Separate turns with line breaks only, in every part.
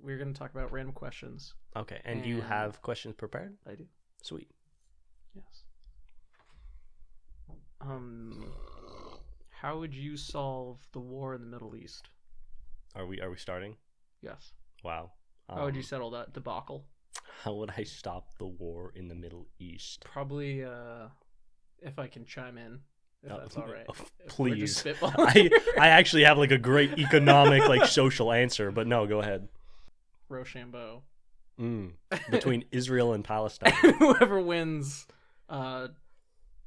we're going to talk about random questions.
Okay, and you
And-
have questions prepared?
I do.
Sweet.
Yes. Um, how would you solve the war in the Middle East?
Are we are we starting?
Yes.
Wow.
how would you
Um,
settle that debacle?
How would I stop the war in the Middle East?
Probably, uh, if I can chime in, if
Uh,
that's all right.
oh,
If we're just
please.
spitballing
I
here.
I actually have like a great economic like social answer, but no, go ahead.
Rochambeau.
Mm. Between Israel and Palestine.
Whoever wins, uh,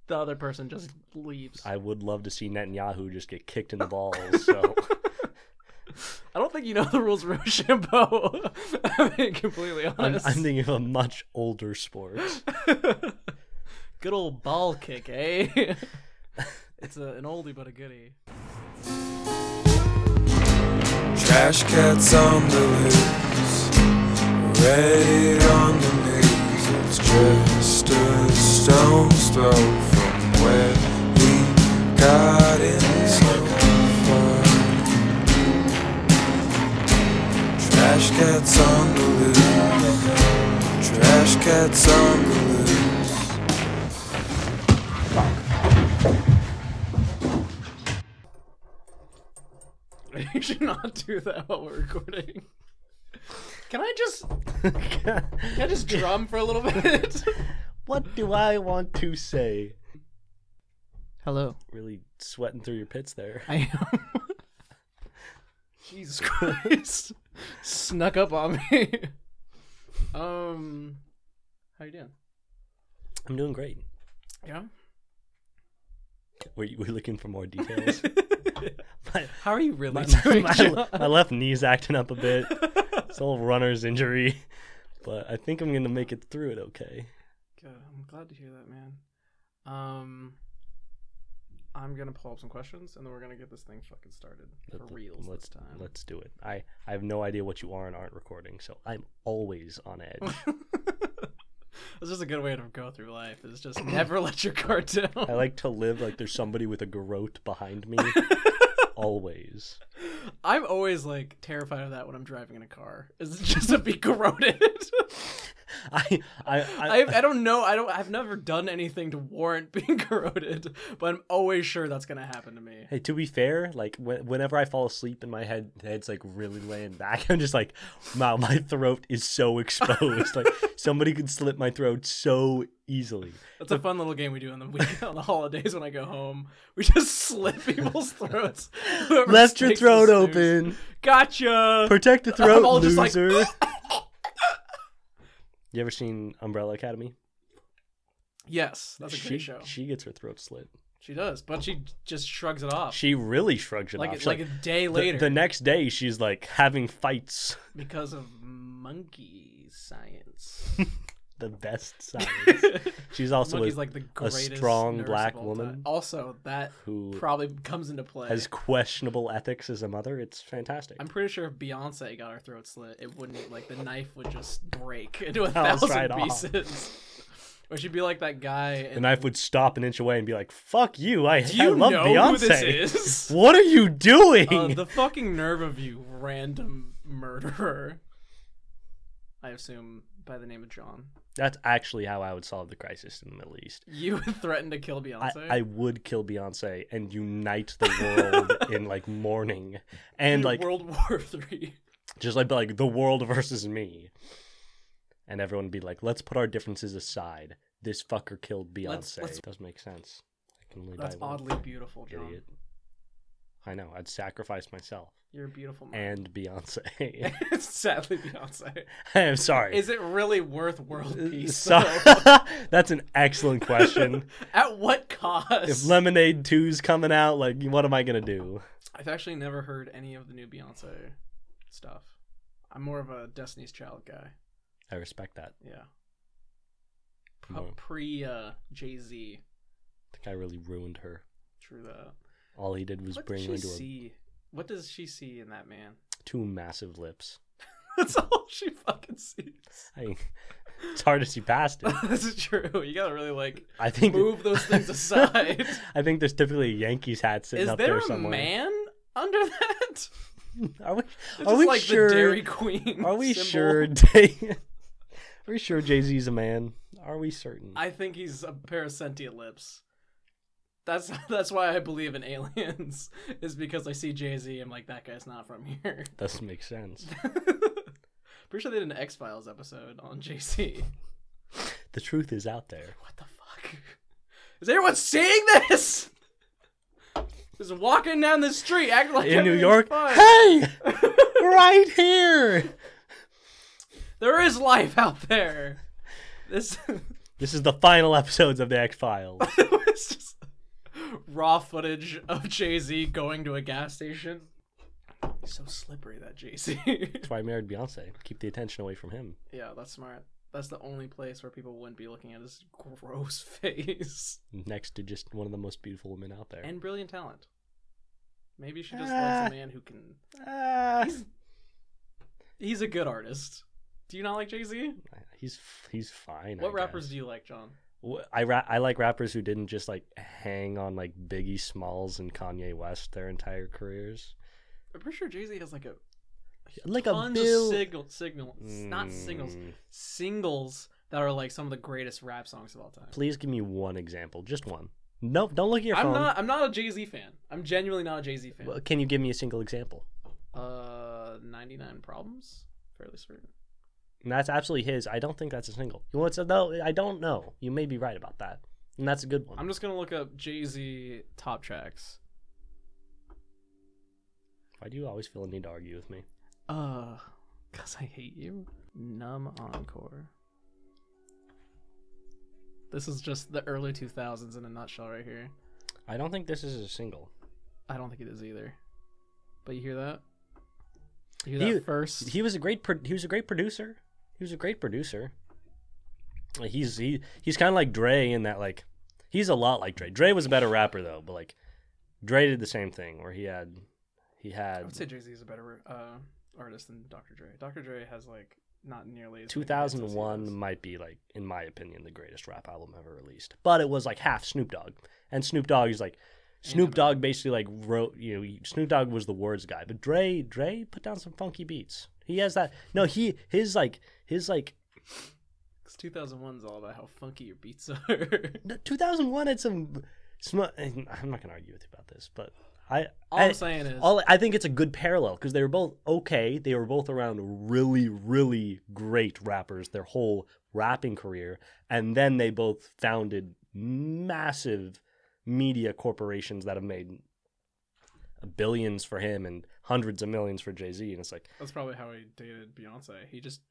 the other person just leaves.
I would love to see Netanyahu just get kicked in the balls. So
I don't think you know the rules of Rochambeau. I'm being completely
I'm, I'm
honest.
thinking of a much older sport.
Good old ball kick, eh? it's a, an oldie but a goodie.
Trash cats on the loose, raid on the news. It's just a stone's throw from where he got in so far. Trash cats on the loose, trash cats on the loose.
You should not do that while we're recording. Can I just can I just drum for a little bit?
what do I want to say?
Hello,
Really sweating through your pits there.
I am. Jesus Christ, snuck up on me. Um, how you doing?
I'm doing great.
Yeah.
Were you, were you looking for more details? my,
How are you really
my,
doing?
my,
John?
my left knee's acting up a bit. It's a little runner's injury, but I think I'm gonna make it through it okay.
Good. I'm glad to hear that, man. Um, I'm gonna pull up some questions, and then we're gonna get this thing fucking started for
Let-
reals
let's,
this time.
Let's do it. I, I have no idea what you are and aren't recording, so I'm always on edge.
This is a good way to go through life. Is just never let your guard down.
I like to live like there's somebody with a garrote behind me. always.
I'm always like terrified of that when I'm driving in a car. Is just to be corroded.
I I, I,
I I don't know. I don't. I've never done anything to warrant being corroded, but I'm always sure that's gonna happen to me.
Hey, to be fair, like whe- whenever I fall asleep and my head head's like really laying back, I'm just like, wow, my throat is so exposed. like somebody could slit my throat so easily.
That's a fun little game we do on the week on the holidays when I go home. We just slit people's throats. Whoever
Left your
takes the
throat
snooze.
open.
Gotcha.
Protect the throat,
all just like-
loser. you ever seen Umbrella Academy?
yes, that's a
she,
great show.
She gets her throat slit.
She does, but she just shrugs it off.
She really shrugs it
like
off. She's
like a day
the-
later
the next day, she's like having fights.
because of monkey science.
The best science. She's also a,
Monkey's like the
a
greatest
strong
nurse
black
of all time.
woman
Also, that
who
probably comes into play.
has questionable ethics as a mother. It's fantastic.
I'm pretty sure if Beyonce got her throat slit, it wouldn't e, like the knife would just break into a
That was
thousand
right off.
pieces. or she'd be like that guy.
the
In,
knife would stop an inch away and be like, "Fuck you! I,
Do
I
you
love
know
Beyonce.
who this is?
What are you doing?"
Uh, the fucking nerve of you, random murderer. I assume by the name of John,
That's actually how I would solve the crisis in the Middle East.
you would threaten to kill
I,
Beyonce.
I would kill Beyonce and unite the world in like mourning and
Dude,
like
World War Three.
just like like the world versus me, and everyone would be like, "Let's put our differences aside. This fucker killed Beyonce."
Let's- let's-
Doesn't make sense. I can only
That's
die once.
oddly beautiful, John.
idiot. I know. I'd sacrifice myself
You're a beautiful man.
and Beyonce.
Sadly, Beyonce.
I'm sorry.
Is it really worth world peace?
Uh, So-
though?
that's an excellent question.
At what cost?
if Lemonade 2's coming out, like, what am I gonna do?
I've actually never heard any of the new Beyonce stuff. I'm more of a Destiny's Child guy.
I respect that.
Yeah.
No.
Pre uh, Jay Z.
The guy really ruined her.
True that.
All he did was
What
bring
does
her
she
into her
see? What does she see in that man?
two massive lips.
That's
Hmm.
all she fucking sees.
I, it's hard to see past it.
this is true. You gotta really like
I think
move those things aside.
I think there's typically a Yankees hat sitting
Is
up
there,
there,
a
somewhere.
man under that?
Are we?
It's
Are
just
we
like
sure?
the Dairy Queen.
Are we
symbol.
sure? Jay- are we sure Jay Z's a man? Are we certain?
I think he's a pair of sentient lips. That's that's why I believe in aliens. Is because I see Jay Z. I'm like that guy's not from here.
Doesn't make sense.
Pretty sure they did an X Files episode on Jay Z.
The truth is out there.
What the fuck? Is everyone seeing this? Just walking down the street, acting like
In New
everything's
York,
fine.
hey, right here.
there is life out there. This
This is the final episodes of the X Files.
it was just raw footage of Jay Z going to a gas station. He's so slippery that Jay Z.
That's why I married Beyonce. Keep the attention away from him.
yeah, that's smart. That's the only place where people wouldn't be looking at his gross face
Next to just one of the most beautiful women out there.
and brilliant talent. Maybe she just likes
Ah.
a man who can.
Ah,
He's, he's a good artist. Do you not like Jay Z?
he's he's fine.
What
I
rappers
guess.
do you like, John?
Wh- I ra- I like rappers who didn't just like hang on like Biggie Smalls and Kanye West their entire careers.
I'm pretty sure Jay Z has like a
Like a
tons
bill.
of signal, signal, not singles,
Mm,
singles that are like some of the greatest rap songs of all time.
Please give me one example, just one. Nope, don't look at your
I'm
phone.
not. I'm not a Jay Z fan. I'm genuinely not a Jay Z fan.
Well, Can you give me a single example?
Uh, 99 problems. Fairly certain.
And that's absolutely his. I don't think that's a single. You want to no? I don't know. You may be right about that, and that's a good one.
I'm just gonna look up Jay Z top tracks.
Why do you always feel a need to argue with me?
Uh, cause I hate you. Numb encore. This is just the early 2000s in a nutshell, right here.
I don't think this is a single.
I don't think it is either. But you hear that? You hear
He-
that first?
He was a great. Pro- he was a great producer. He was a great producer. Like, He's he, he's kind of like Dre in that like he's a lot like Dre. Dre was a better rapper though, but like Dre did the same thing where he had he
I
had
would say Jay Z is a better uh, artist than Dr. Dre. Dr. Dre has like not nearly as many hits as he
2001
does.
might be like in my opinion the greatest rap album ever released, but it was like half Snoop Dogg and Snoop Dogg is like. Snoop
Eminem.
Dogg basically like wrote, you know, Snoop Dogg was the words guy, but Dre, Dre put down some funky beats. He has that. No, he his like his like
2001 is all about how funky your beats are.
No, 2001 had some. Sm- I'm not gonna argue with you about this, but I.
all I,
I,
am saying is,
all I think it's a good parallel because they were both okay. They were both around really, really great rappers their whole rapping career, and then they both founded massive media corporations that have made billions for him and hundreds of millions for Jay Z. And it's like,
that's probably how he dated Beyonce. He just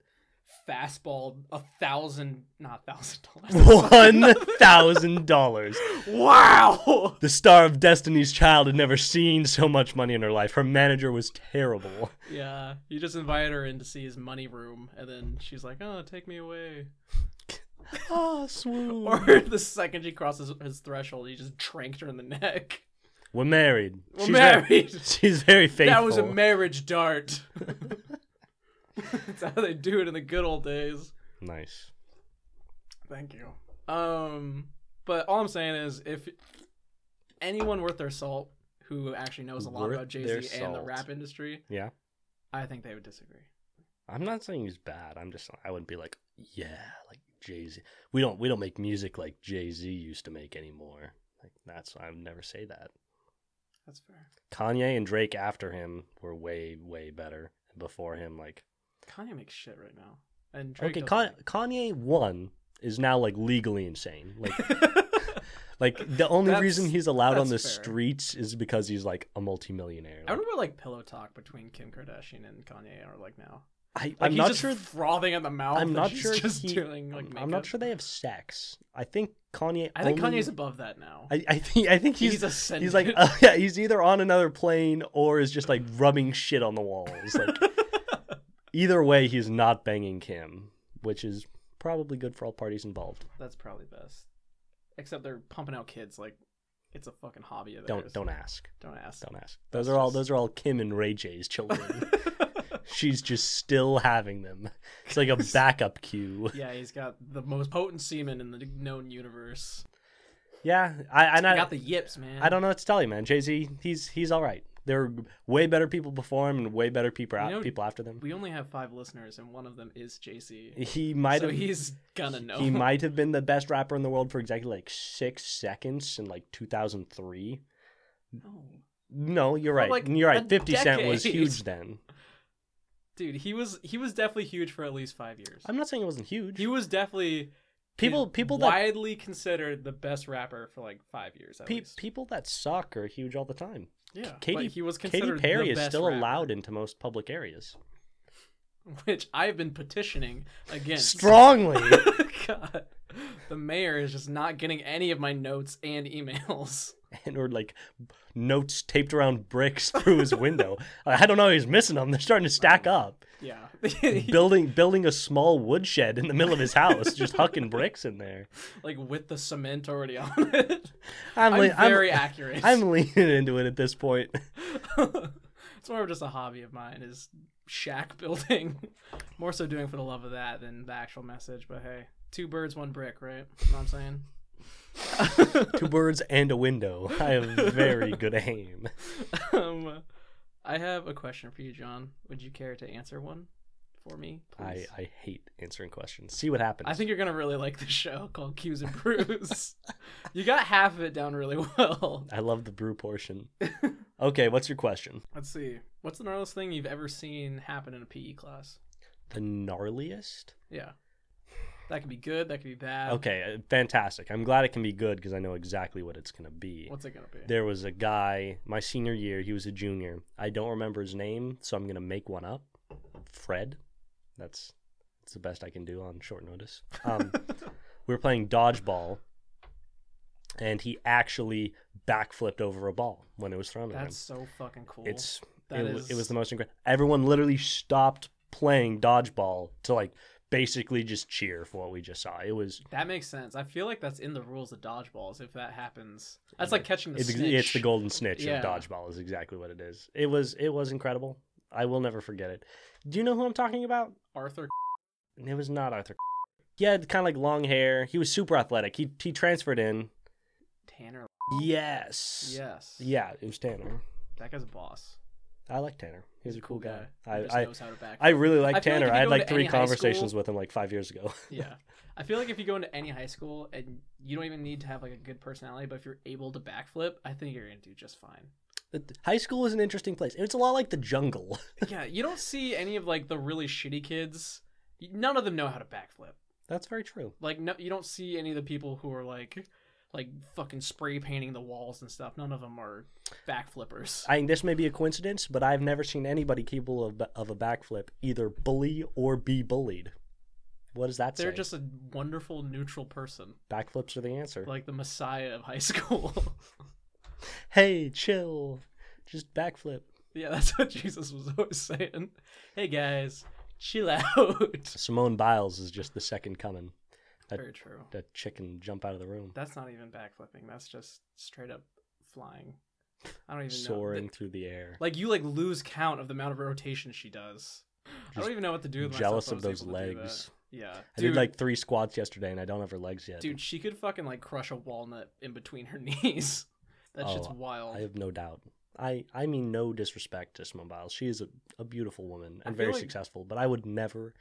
fastballed a thousand, not a thousand dollars.
one thousand dollars.
Wow!
The star of Destiny's Child had never seen so much money in her life. Her manager was terrible.
Yeah, he just invited her in to see his money room, and then she's like, oh, take me away.
Ah, swoon.
Or the second she crosses his threshold, he just tranked her in the neck.
We're married.
We're
Very,
married.
she's very faithful.
That was a marriage dart. That's how they do it in the good old days.
nice.
Thank you. Um, but all I'm saying is, if anyone worth their salt who actually knows a lot
Worth
about Jay
their
Z and the
salt.
rap industry,
Yeah.
I think they would disagree.
I'm not saying he's bad. I'm just I wouldn't be like, yeah, like Jay Z. We don't we don't make music like Jay Z used to make anymore. Like that's I would never say that.
That's fair.
Kanye and Drake after him were way way better. Before him, like
Kanye makes shit right now, and Drake
okay,
doesn't
Con- Kanye one is now like legally insane. Like
make-
Like the only
That's-
reason he's allowed on the
that's fair.
streets is because he's like a multimillionaire.
I
Like,
remember like pillow talk between Kim Kardashian and Kanye are like now.
I,
Like,
I'm
he's
not
just
sure.
frothing at the mouth.
I'm
and
not
she's
sure.
Just
he-
doing like
I'm not
makeup.
sure they have sex. I think Kanye.
I think
only-
Kanye's above that now.
I, I think I think he's
He's ascended.
he's like uh, yeah he's either on another plane or is just like rubbing shit on the walls. Like either way, he's not banging Kim, which is probably good for all parties involved.
That's probably best. Except they're pumping out kids like it's a fucking hobby of
Don't
theirs.
don't ask.
don't ask.
Don't ask. Those are all those are all Kim and Ray J's children. She's just still having them. It's like a backup cue.
yeah, he's got the most potent semen in the known universe.
Yeah, I and
I
I,
got the yips, man.
I don't know what to tell you, man. Jay Z, he's he's all right, There were way better people before him and way better people
know,
people after them.
We only have five listeners, and one of them is JC.
He might
so
have
he's gonna know.
he might have been the best rapper in the world for exactly like six seconds in like 2003.
Oh.
No, you're right.
like,
you're right.
a
50 Cent was
decade.
huge then.
Dude, he was he was definitely huge for at least five years.
I'm not saying it wasn't huge.
He was definitely
people people that
widely considered the best rapper for like five years. At
pe-
least.
people that suck are huge all the time.
yeah,
Katy,
but he was
Katy
considered
Perry
the
is
best
still
rapper,
allowed into most public areas.
which I've been petitioning against.
Strongly.
God, the mayor is just not getting any of my notes and emails.
and or like notes taped around bricks through his window. I don't know, he's missing them. They're starting to stack up.
Yeah,
Building building a small woodshed in the middle of his house, just hucking bricks in there.
like with the cement already on it.
I'm,
I'm
le-
very
I'm,
accurate.
I'm leaning into it at this point.
it's more of just a hobby of mine is shack building. more so doing for the love of that than the actual message. But hey, two birds, one brick, right? You know what I'm saying?
Two birds and a window. I have very good aim.
um, I have a question for you, John. Would you care to answer one for me,
I,
please?
I hate answering questions. See what happens.
I think you're gonna really like this show called Q's and Brews. you got half of it down really well.
I love the brew portion. Okay, what's your question?
Let's see. What's the gnarliest thing you've ever seen happen in a PE class?
The gnarliest?
Yeah, that could be good. That could be bad.
Okay, uh, fantastic. I'm glad it can be good because I know exactly what it's going to be.
What's it gonna be?
There was a guy my senior year, he was a junior. I don't remember his name, so I'm going to make one up. Fred. That's that's the best I can do on short notice. Um, we were playing dodgeball and he actually backflipped over a ball when it was thrown at him.
That's so fucking cool.
It's
That
it, wa- it
is-
was the most incredible. Everyone literally stopped playing dodgeball to like basically just cheer for what we just saw. It was
that makes sense. I feel like that's in the rules of dodgeballs. If that happens, that's like catching the
it's,
snitch.
it's the golden snitch
Yeah.
of dodgeball is exactly what it is. It was it was incredible. I will never forget it. Do you know who I'm talking about?
Arthur.
It was not Arthur. He had kind of like long hair. He was super athletic. He he transferred in.
Tanner.
Yes.
Yes.
Yeah, it was Tanner.
That guy's a boss.
I like Tanner. He was a cool guy.
He just
I, I
knows how to back.
I really
I
like
feel like
Tanner.
if you
I had
go
like
into
three
any high
conversations
school-
with him like five years ago.
yeah i feel like if you go into any high school and you don't even need to have like a good personality but if you're able to backflip i think you're gonna do just fine
It- High school is an interesting place. It's a lot like the jungle.
yeah you don't see any of like the really shitty kids none of them know how to backflip
That's very true.
like no you don't see any of the people who are like like fucking spray painting the walls and stuff none of them are backflippers
I think this may be a coincidence, but I've never seen anybody capable of, of a backflip either bully or be bullied. What does that
they're
say?
just a wonderful neutral person
backflips are the answer.
like the messiah of high school
hey, chill, just backflip.
yeah that's what jesus was always saying hey guys chill out
Simone Biles is just the second coming. That-
very true
That chicken jump out of the room,
That's not even backflipping. That's just straight up flying. I don't even
soaring
know. Th-
through the air.
Like you like lose count of the amount of rotation she does. I
Just
don't even know what to do with myself
jealous
if I
of
was
those
able to do that.
legs.
Yeah.
I
dude,
did like three squats yesterday, and I don't have her legs yet.
dude, she could fucking like crush a walnut in between her knees. That shit's
Oh,
wild.
I have no doubt. I, I mean no disrespect to Simone Biles. She is a, a beautiful woman
I
and
feel
very
like-
successful, but I would never,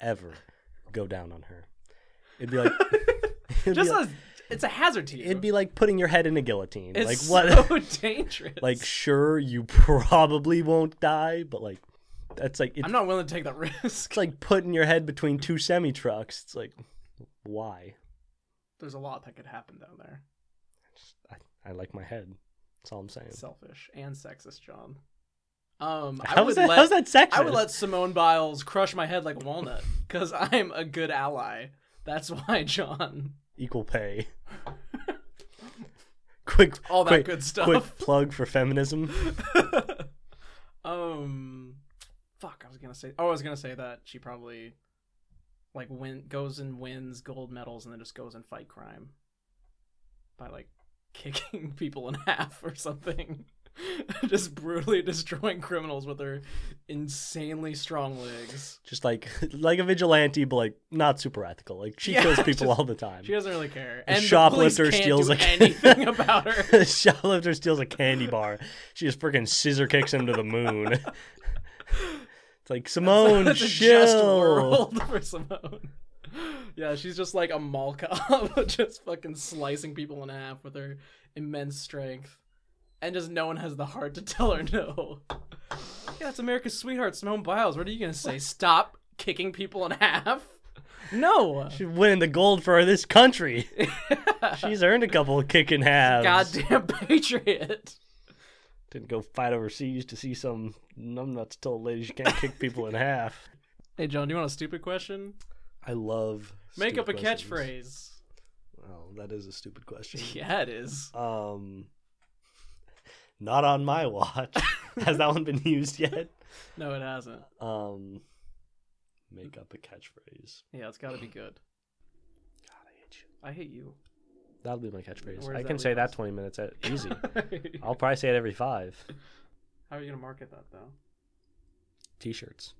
ever go down on her. It'd be like it'd,
just
be, like,
a, it's a hazard to you.
it'd be like putting your head in a guillotine.
it's
like
so
what
dangerous.
like sure you probably won't die, but like that's like it's,
I'm not willing to take that risk.
it's like putting your head between two semi trucks. It's like why?
There's a lot that could happen down there.
I, I like my head. That's all I'm saying.
Selfish and sexist, John. Um, I
how's
would
that
let
how's that sexist?
I would let Simone Biles crush my head like a walnut because I'm a good ally. That's why, John.
equal pay. quick,
All that
quick,
good stuff.
Quick plug for feminism.
um, fuck, I was gonna say. Oh, I was gonna say that she probably like win goes and wins gold medals and then just goes and fight crime by like kicking people in half or something. just brutally destroying criminals with her insanely strong legs.
Just like like a vigilante, but like not super ethical. Like she
Yeah,
kills people
just-
all the time.
She doesn't really care.
A
And the
shoplifter
police can't
steals
do
a-
anything about her.
The shoplifter steals a candy bar. She just freaking scissor kicks him to the moon. it's like Simone,
That's a just
chill.
world for Simone. Yeah, she's just like a mall cop, just fucking slicing people in half with her immense strength, and just no one has the heart to tell her no. Yeah, it's America's sweetheart, Simone Biles. What are you gonna say? Stop kicking people in half? No.
She's winning the gold for this country. She's earned a couple of kicking halves.
Goddamn patriot.
Didn't go fight overseas to see some numbnuts tell a lady she can't kick people in half.
Hey, John, do you want a stupid question?
I love.
Make
stupid
up a
questions.
catchphrase.
Oh, that is a stupid question.
Yeah, it is.
Um, not on my watch. Has that one been used yet?
No, it hasn't.
Um, make up a catchphrase.
Yeah, it's gotta be good.
God, I hate you.
I hate you.
That'll be my catchphrase.
Where
I
does
can
that
say
leave
that
us?
20 minutes at easy.
How
I'll probably say it every five.
are you gonna market that though?
T-shirts.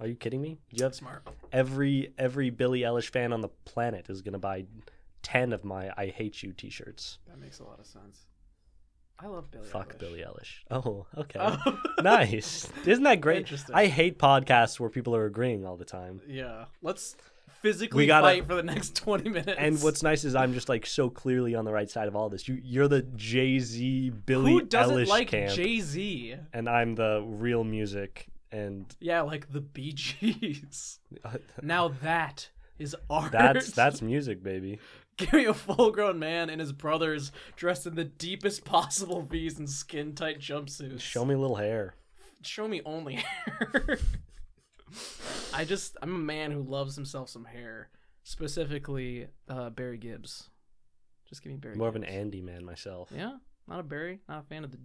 Are you kidding me? You have
Smart.
every every Billie Eilish fan on the planet is gonna buy ten of my "I Hate You" T-shirts.
That makes a lot of sense. I love Billy.
Fuck
Eilish.
Billie Eilish. Oh, okay.
Oh.
nice. Isn't that great?
Interesting.
I hate podcasts where people are agreeing all the time.
Yeah. Let's physically
We gotta-
fight for the next twenty minutes.
And what's nice is I'm just like so clearly on the right side of all this. You you're the Jay Z Billy
who doesn't
Eilish
like
camp,
Jay Z?
and I'm the real music. And
Yeah, like the Bee Gees. now that is art.
that's that's music, baby.
Give me a full-grown man and his brothers dressed in the deepest possible V's and skin-tight jumpsuits.
Show me a little hair.
show me only hair. I just I'm a man who loves himself some hair, specifically uh, Barry Gibbs. Just give me Barry.
More of
Gibbs.
an Andy man myself.
Yeah, not a Barry. Not a fan of the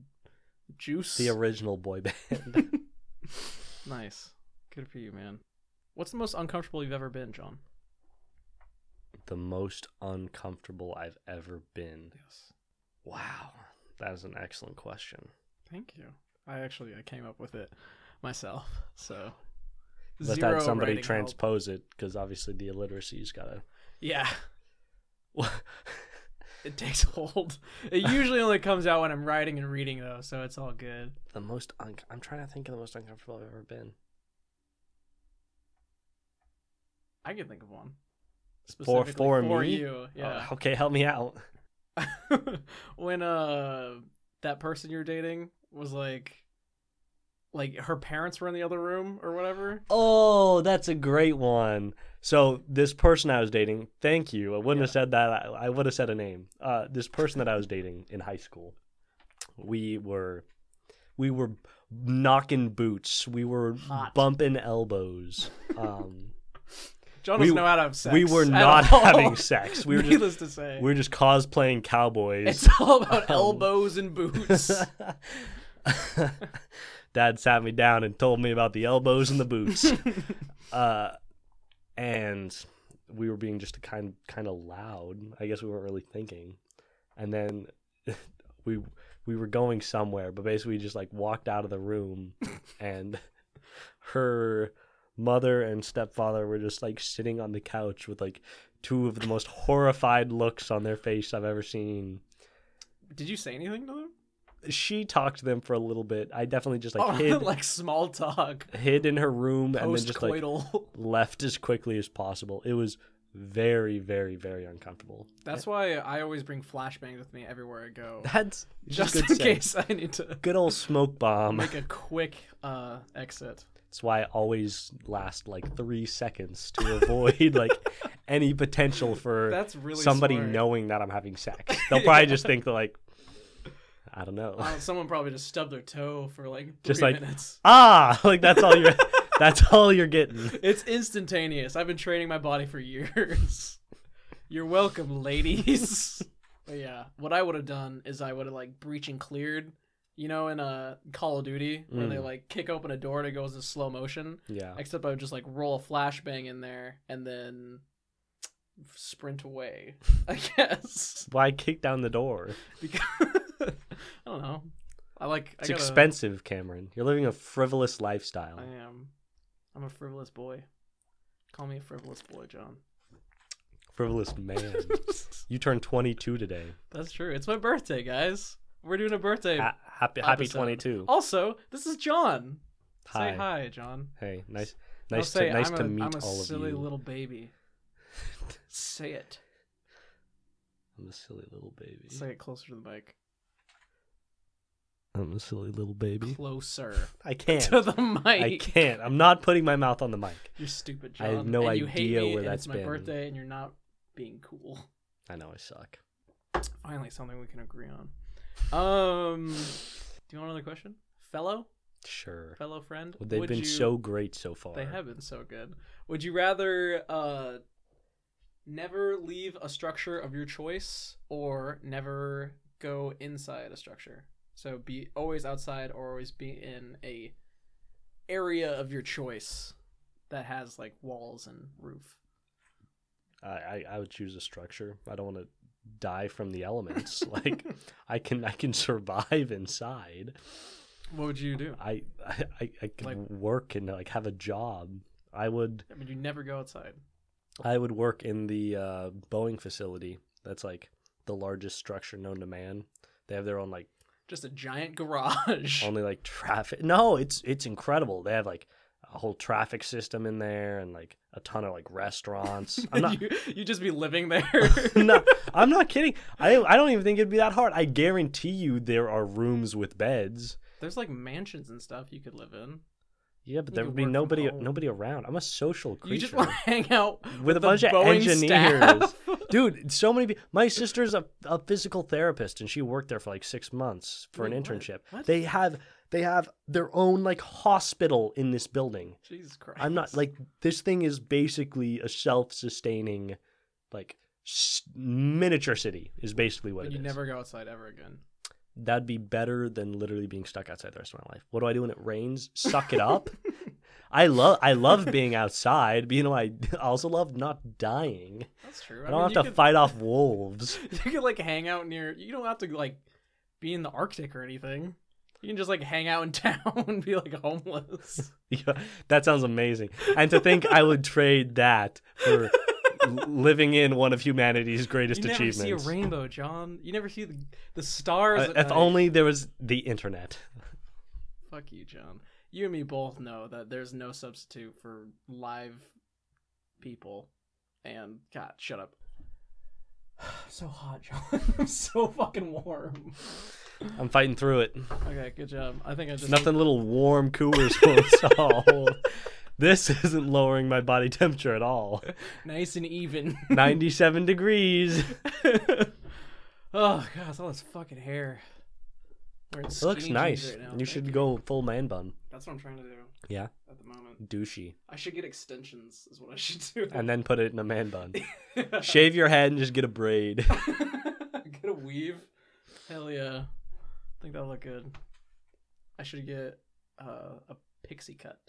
juice.
The original boy band.
nice, good for you, man. What's the most uncomfortable you've ever been, John?
the most uncomfortable I've ever been.
Yes.
Wow. That is an excellent question.
Thank you. I actually I came up with it myself. So.
Let
Zero
that somebody
writing help.
transpose it, because obviously the illiteracy's gotta
Yeah, it takes hold. It usually only comes out when I'm writing and reading though, so it's all good.
the most un- I'm trying to think of the most uncomfortable I've ever been.
I can think of one.
For
Specifically
for, me.
you, yeah.
Oh, okay, help me out.
when uh that person you're dating was like, like her parents were in the other room or whatever.
Oh, that's a great one. So this person I was dating, thank you. I wouldn't have said that. I, I would have said a name. Uh, this person that I was dating in high school, we were, we were knocking boots. We were
Hot.
bumping elbows. Um,
John
We-
doesn't know how to have sex.
we were
at
not
all.
having sex. We were just
Needless to say,
we were just cosplaying cowboys.
it's all about elbows and boots.
Dad sat me down and told me about the elbows and the boots. uh, and we were being just kind kind of loud. I guess we weren't really thinking. And then we we were going somewhere, but basically we just like walked out of the room, and her mother and stepfather were just like sitting on the couch with like two of the most horrified looks on their face I've ever seen
Did you say anything to them?
she talked to them for a little bit. I definitely just like
oh,
hid
like small talk,
hid in her room and then
post
just like
coital.
left as quickly as possible. It was very, very, very uncomfortable.
That's why I always bring flashbangs with me everywhere I go,
That's
just
just
in
good sense.
case I need to
Good old smoke bomb.
make a quick uh exit.
That's why I always last like three seconds to avoid like any potential for
That's really
somebody
smart.
knowing that I'm having sex. They'll probably just think that like I don't know.
Uh, someone probably just stubbed their toe for like three
Just like-
minutes.
ah, like that's all you're that's all you're getting.
It's instantaneous. I've been training my body for years. You're welcome, ladies. but yeah, what I would have done is I would have like breach and cleared. You know, in uh, Call of Duty, where they
Mm.
like kick open a door and it goes in slow motion.
Yeah.
Except I would just like roll a flashbang in there and then sprint away. I guess
Why kick down the door?
because I don't know. I like.
It's
I gotta,
expensive, Cameron. You're living a frivolous lifestyle.
I am. I'm a frivolous boy. Call me a frivolous boy, John.
Frivolous man. you turned 22 today.
That's true. It's my birthday, guys. We're doing a birthday.
Ha- happy happy
episode.
22.
Also, this is John.
hi.
Say hi, John.
Hey, nice
Don't
nice
say
to nice
I'm
to
a,
meet
I'm a
all of
silly
you.
little baby. say it.
I'm a silly little baby.
Say it closer to the mic.
I'm a silly little baby.
Closer
I can't.
to the mic.
I can't. I'm not putting my mouth on the mic.
You're stupid, John.
I have no
and you hate
idea
me,
where
and
that's
it's my
been.
birthday, and you're not being cool.
I know I suck.
Finally, something we can agree on. Um, do you want another question, fellow
Sure.
fellow friend?
Well, they've
would
been
you-
so great so far.
They have been so good. Would you rather uh never leave a structure of your choice or never go inside a structure? So be always outside or always be in a area of your choice that has like walls and roof.
I, I, I would choose a structure. I don't want to die from the elements. like I can I can survive inside.
What would you do?
I I, I, I could
Like-
work and like have a job. I would
I mean, you never go outside.
I would work in the uh, Boeing facility. That's like the largest structure known to man. They have their own like
Just a giant garage.
only like traffic. No, it's it's incredible. They have like a whole traffic system in there and like a ton of like restaurants. I'm not
you, you just be living there.
no, I'm not kidding. I I don't even think it'd be that hard. I guarantee you there are rooms with beds.
There's like mansions and stuff you could live in.
Yeah, but
You
there
could
would be
work from
nobody
home.
nobody around. I'm a social creature.
You just want to hang out with,
with a
the
bunch of
Boeing
engineers.
staff.
Dude, so many people. My sister's a, a physical therapist, and she worked there for like six months for an
Wait, what?
internship.
What?
They have they have their own like hospital in this building.
Jesus Christ.
I'm not like this thing is basically a self-sustaining, like s- miniature city is basically what
But
it
you
is.
never go outside ever again.
That'd be better than literally being stuck outside the rest of my life. What do I do when it rains? Suck it up. I love I love being outside, but you know I also love not dying.
That's true.
I don't
mean,
have to
you could,
fight off wolves.
You could like hang out near. You don't have to like be in the Arctic or anything. You can just like hang out in town and be like homeless.
Yeah, that sounds amazing. And to think I would trade that for l- living in one of humanity's greatest
you never see a
achievements.
rainbow, John. You never see the the
Uh,
stars. at
if
night.
only there was the internet.
Fuck you, John. You and me both know that there's no substitute for live people. And God, shut up. so hot, John. I'm so fucking warm.
I'm fighting through it.
Okay, good job. I think I just
Nothing little warm coolers for us all. This isn't lowering my body temperature at all.
nice and even.
97 degrees.
oh god, it's Oh, all this fucking hair. We're in
It
skinny
looks
jeans
nice.
right now.
you
Thank
should go full man bun.
That's what I'm trying to do
Yeah,
at the moment.
douchey.
I should get extensions. Is what I should do.
And then put it in a man bun. Shave your head and just get a braid.
get a weave. Hell yeah. I think that'll look good. I should get uh, a pixie cut.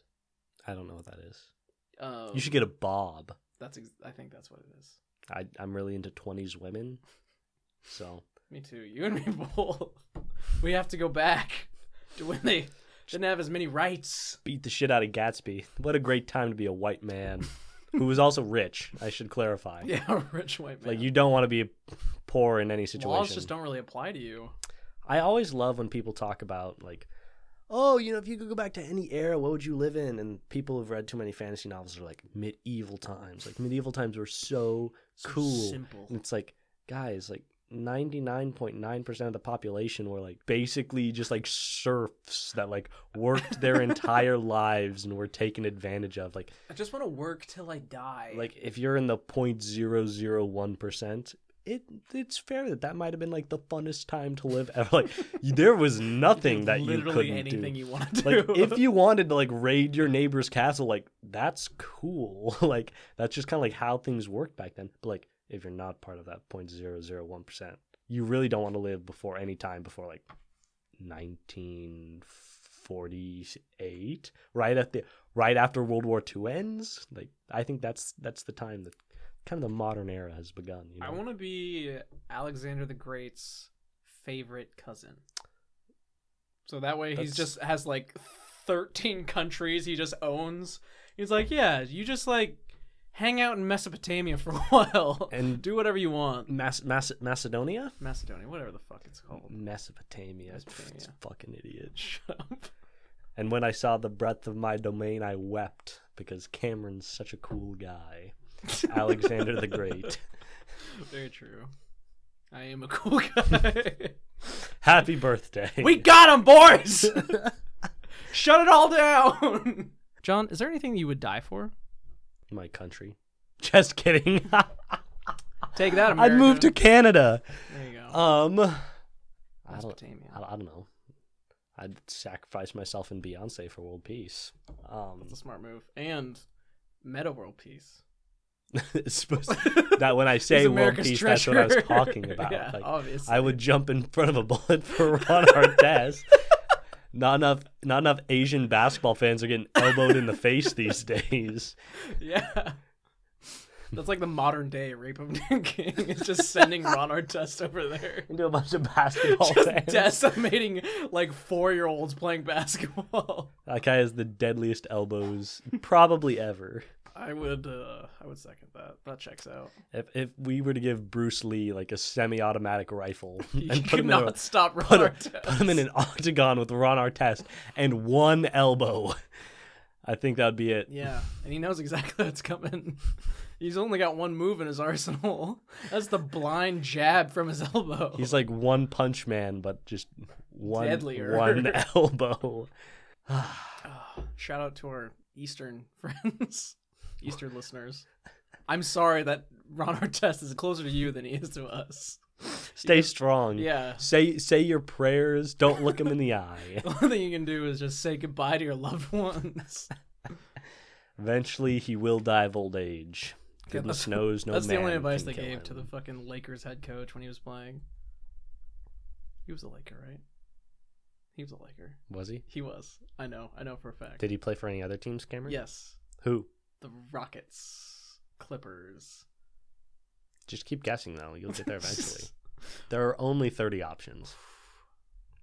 I don't know what that is.
Um,
You should get a bob.
That's. Ex- I think that's what it is.
I, I'm really into 20s women. So
Me too. You and me both. We have to go back to when they didn't have as many rights.
beat the shit out of Gatsby. What a great time to be a white man who was also rich, I should clarify.
Yeah, a rich white man.
Like, you don't want to be poor in any situation.
laws just don't really apply to you.
I always love when people talk about like, oh, you know, if you could go back to any era, what would you live in? And people who've read too many fantasy novels are like medieval times. Like medieval times were so cool.
Simple.
And it's like, guys, like. 99.9% of the population were like basically just like serfs that like worked their entire lives and were taken advantage of like
I just want to work till I die.
like if you're in the 0.001% it it's fair that that might have been like the funnest time to live ever like you- there was nothing that you
literally
couldn't
anything
do
you want to do.
like if you wanted to like raid your neighbor's castle like that's cool like that's just kind of like how things worked back then but like if you're not part of that 0.001% you really don't want to live before any time before like 1948 right at the right after world war ii ends like i think that's that's the time that kind of the modern era has begun you know
I want to be Alexander the Great's favorite cousin. So that way he's
That's-
just has like 13 countries he just owns. He's like, yeah, you just like hang out in Mesopotamia for a while
And-
do whatever you want.
Mas- Mas- Macedonia,
Macedonia, whatever the fuck it's called.
Mesopotamia,
Oh. Mesopotamia.
Pff, fucking idiot.
Shut up.
And when I saw the breadth of my domain, I wept because Cameron's such a cool guy. Alexander the Great.
Very true. I am a cool guy.
Happy birthday.
we got him, boys. Shut it all down. John, is there anything you would die for?
my country. Just kidding.
Take that,
I'd
America.
move to Canada.
There you go.
Um, I don't,
Mesopotamia.
I, I don't know. I'd sacrifice myself and Beyonce for world peace. Um,
That's a smart move. And meta world peace.
it's supposed that when I say
He's
world
America's
peace, that's what I was
treasure.
talking about.
Yeah,
like,
obviously.
I would jump in front of a bullet for Ron Artest. Not enough, not enough Asian basketball fans are getting elbowed in the face these days.
Yeah. That's like the modern day rape of Newt King. It's just sending Ron Artest over there.
Into a bunch of basketball
Just
fans.
decimating like four year olds playing basketball.
That guy has the deadliest elbows probably ever.
I would uh I would second that. That checks out.
If if we were to give Bruce Lee like a semi-automatic rifle
You
and put
could
him, in a,
not stop Ron
put, a-
Artest.
put him in an octagon with Ron Artest and one elbow, I think that'd be it.
Yeah, and he knows exactly what's coming. He's only got one move in his arsenal. That's the blind jab from his elbow.
He's like one punch man, but just one
Deadlier.
one elbow.
Shout out to our Eastern friends, Eastern listeners. I'm sorry that Ron Artest is closer to you than he is to us.
Stay strong.
Yeah.
Say say your prayers. Don't look him in the eye.
The only thing you can do is just say goodbye to your loved ones.
Eventually, he will die of old age.
Yeah,
Goodness
that's-
knows no
That's the
man
only advice
can
they
kill
gave
him.
to the fucking Lakers head coach when he was playing. He was a Laker, right? He was a Laker.
Was he?
He was. I know. I know for a fact.
Did he play for any other teams, Cameron?
Yes.
Who?
The Rockets, Clippers.
Just keep guessing though. You'll get there eventually. there are only 30 options.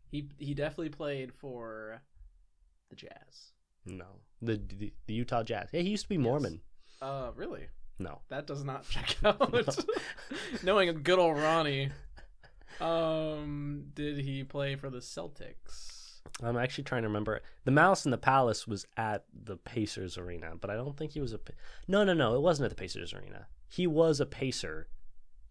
he he definitely played for the Jazz.
No. The the, the Utah Jazz. Yeah, he used to be Mormon.
Uh, really?
No.
That does not check out. Knowing a good old Ronnie. Um, did he play for the Celtics?
I'm actually trying to remember. The Mouse in the Palace was at the Pacers arena, but I don't think he was a Pa- No, no, no. It wasn't at the Pacers arena. He was a Pacer.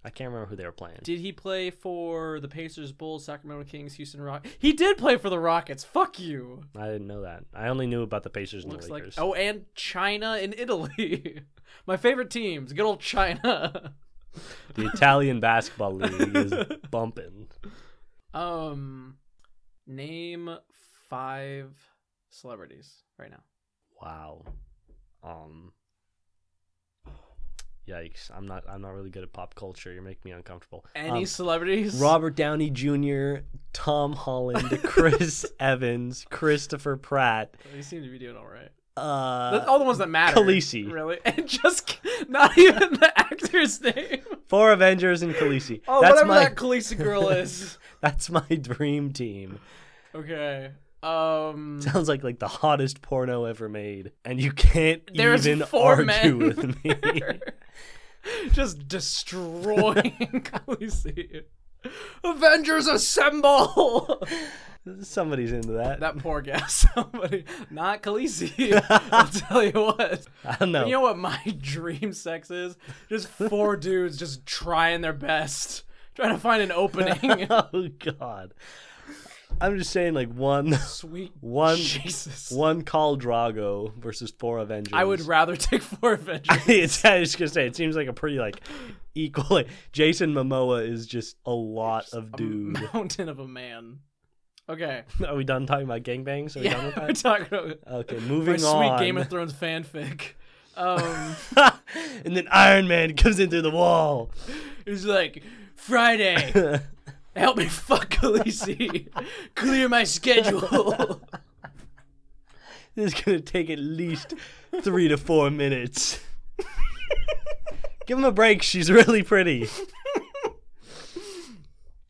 I can't remember who they were playing.
Did he play for the Pacers, Bulls, Sacramento Kings, Houston Rock? He did play for the Rockets. Fuck you.
I didn't know that. I only knew about the Pacers and
Looks
the
like
Lakers.
oh, and China and Italy. My favorite teams. Good old China.
The Italian Basketball League is bumping.
Um, name five celebrities right now.
Wow. Um Yikes. I'm not I'm not really good at pop culture. You're making me uncomfortable.
Any
Um,
celebrities?
Robert Downey Jr., Tom Holland, Chris Evans, Christopher Pratt,
They seem to be doing all right. That's
uh
all the ones that matter.
Khaleesi.
really, and just not even the actor's name.
four Avengers and Khaleesi.
Oh,
that's
whatever
my
that Khaleesi girl is.
that's my dream team.
Okay. Um.
Sounds like like the hottest porno ever made. And you can't
There's
even
four
argue
men
with me.
just destroying Khaleesi. Avengers assemble!
Somebody's into that.
That poor guy. Somebody, not Khaleesi. I'll tell you what.
I don't know.
You know what my dream sex is? Just four dudes just trying their best, trying to find an opening.
oh god. I'm just saying like one
Sweet
One-
Jesus.
one call Drago versus four Avengers.
I would rather take four Avengers.
it's, I was just gonna say it seems like a pretty like equal. Like, Jason Momoa is just a lot of
A
dude.
mountain of a man. Okay.
Are we done talking about gangbangs? Are we done
Yeah,
with
we're
that?
talking about
Okay,
our
moving
sweet
on.
Game of Thrones fanfic. Um,
and then Iron Man comes in through the wall.
it was like Friday. Help me fuck Khaleesi. Clear my schedule.
This is gonna take at least three to four minutes. Give him a break. She's really pretty.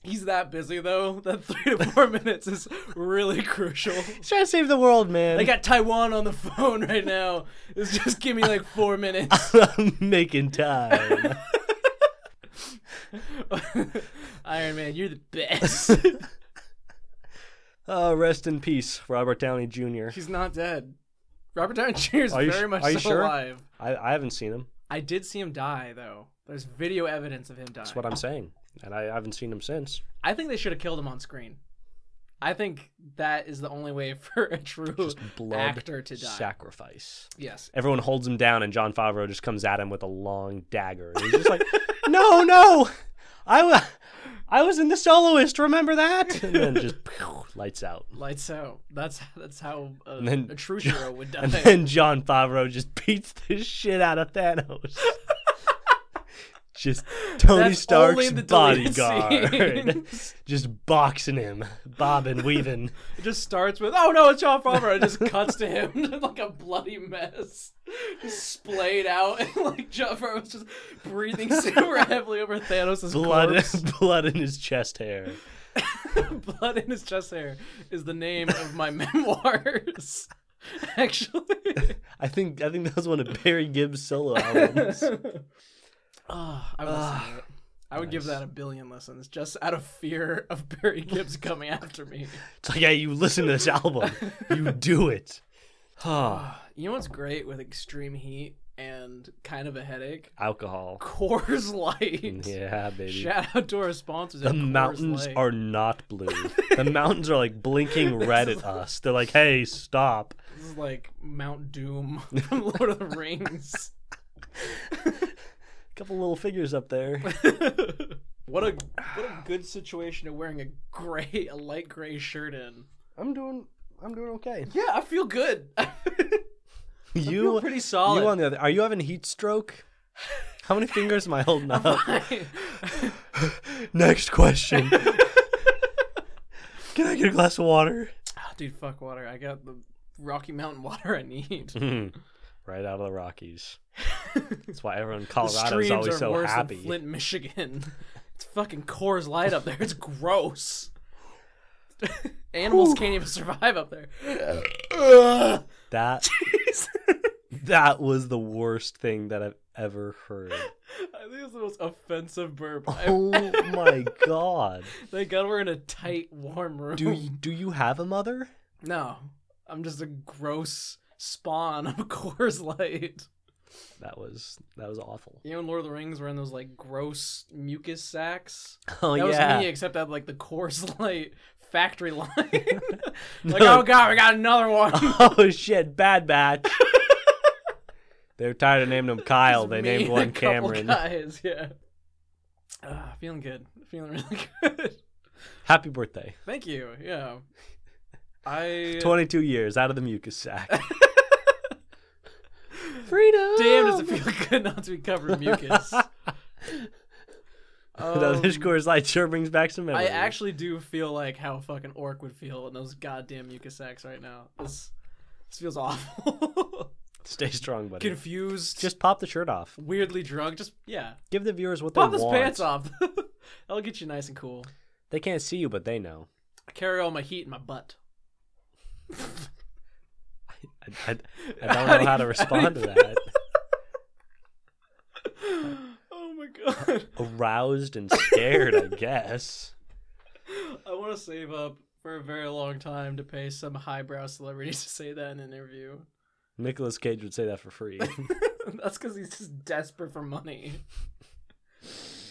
He's that busy though that three to four minutes is really crucial.
He's trying to save the world, man.
I got Taiwan on the phone right now. It's just give me like four minutes.
I'm making time.
Iron Man, you're the best.
oh, rest in peace, Robert Downey Jr.
He's not dead. Robert Downey Jr. is
Are you
very
su-
much
are you
still
sure?
alive.
I, I haven't seen him.
I did see him die though. There's video evidence of him dying.
That's what I'm saying, and I haven't seen him since.
I think they should have killed him on screen. I think that is the only way for a true
Just blood
actor to die.
sacrifice.
yes.
Everyone holds him down, and John Favreau just comes at him with a long dagger. And he's just like, "No, no, I, wa- I was in the soloist. Remember that?" And then just pew, lights out.
Lights out. That's that's how a,
And then
a true hero would die.
And then John Favreau just beats the shit out of Thanos. just Tony
That's only
Stark's
in the deleted
bodyguard.
scenes.
just boxing him, bobbing, weaving.
It just starts with, oh no, it's John Favreau. It just cuts to him like a bloody mess. Just splayed out. And like John Favreau's just breathing super heavily over Thanos'
Blood,
corpse.
blood in his chest hair.
Blood in his chest hair is the name of my memoirs. Actually.
I think I think that was one of Barry Gibb's solo albums.
Ah, I would listen to it. I would give that a billion listens just out of fear of Barry Gibbs coming after me.
It's like, hey, you listen to this album, you do it. Huh.
You know what's great with extreme heat and kind of a headache?
Alcohol.
Coors Light.
Yeah, baby.
Shout out to our sponsors.
the mountains are not blue. The mountains are like blinking red at us. They're like, hey, stop.
This is like Mount Doom from Lord of the Rings.
couple little figures up there.
what a what a good situation of wearing a gray a light gray shirt in.
I'm doing I'm doing okay.
Yeah, I feel good. I feel
You
pretty
you
solid.
on the other are you having heat stroke? How many fingers am I holding up? Next question.
Ah,
Can I get a glass of water?
Dude, fuck water. I got the Rocky Mountain water I need.
Hmm. right out of the Rockies. That's why everyone in Colorado
Streams
is always
are
so
worse
happy.
than Flint, Michigan. It's fucking Coors Light up there. It's gross. Animals can't even survive up there. Ugh.
That
Jeez.
that was the worst thing that I've ever heard.
I think it's the most offensive burp. I,
Oh my god.
thank God we're in a tight, warm room.
Do you, do you have a mother?
No, I'm just a gross spawn of Coors Light.
That was that was awful.
You know, in Lord of the Rings, we're in those like gross mucus sacks.
Oh
that
yeah.
was me, except at like the Coors Light factory line. like,
No.
oh god, we got another one.
Oh shit, Bad Batch. They're tired of naming him Kyle.
Just
They
me
named
and a
one
couple
Cameron.
Guys, yeah. Uh, feeling good. Feeling really good.
Happy birthday.
Thank you. Yeah. I
22 years out of the mucus sack. Freedom.
damn does it feel good not to be covered in mucus.
the
Um,
Discourse Light sure brings back some
I
memories.
actually do feel like how a fucking orc would feel in those goddamn mucus sacks right now. This this feels awful.
Stay strong, buddy.
Confused, just
Just pop the shirt off.
weirdly drunk. Just yeah,
Give the viewers what
pop
they
his
want.
pants off. That'll get you nice and cool.
They can't see you, but they know.
I carry all my heat in my butt.
I, I, I don't
How
know
do you-
how to
how
respond
do
to
you
that.
Oh my god.
Aroused and scared, I guess.
I want to save up for a very long time to pay some highbrow celebrity to say that in an interview.
Nicolas Cage would say that for free.
That's because he's just desperate for money.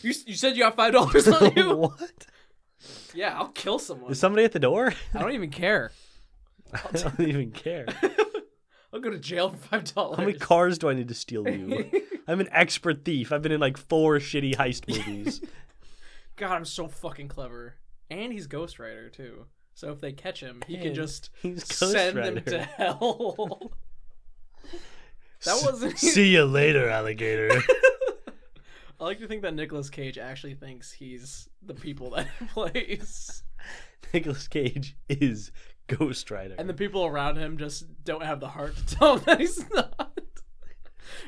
You, s- you said you got five dollars on you.
what?
yeah, I'll kill someone.
Is somebody at the door?
I don't even care.
I don't even care.
I'll go to jail for five dollars.
How many cars do I need to steal you? I'm an expert thief. I've been in like four shitty heist movies.
God, I'm so fucking clever. And he's Ghost Rider too. So if they catch him, he can
And
just
he's Ghost
send them
Rider.
to hell. that
S-
wasn't.
See you later, alligator.
I like to think that Nicolas Cage actually thinks he's the people that he plays,
Nicolas Cage is Ghost Rider.
and the people around him just don't have the heart to tell him that he's not.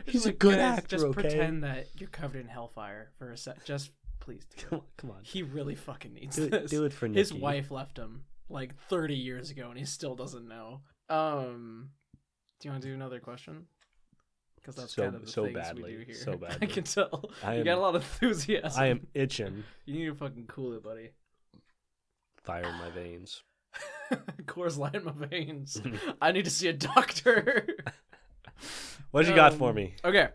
It's
He's a
like,
good
guys,
actor,
Just
okay?
pretend that you're covered in hellfire for a sec. Just Please do.
Come on, come on.
He really fucking needs
Do it,
this.
do it for Nikki.
His wife left him like 30 years ago and he still doesn't know. Um, do you want to do another question? Because that's
So-
kind of the
so
things
badly.
we do here.
So
I
badly.
can tell.
I
you
am-
got a lot of enthusiasm.
I am itching.
You need to fucking cool it, buddy.
Fire in my veins.
Coors Light in my veins. I need to see a doctor.
What you got
Um,
for me?
okay.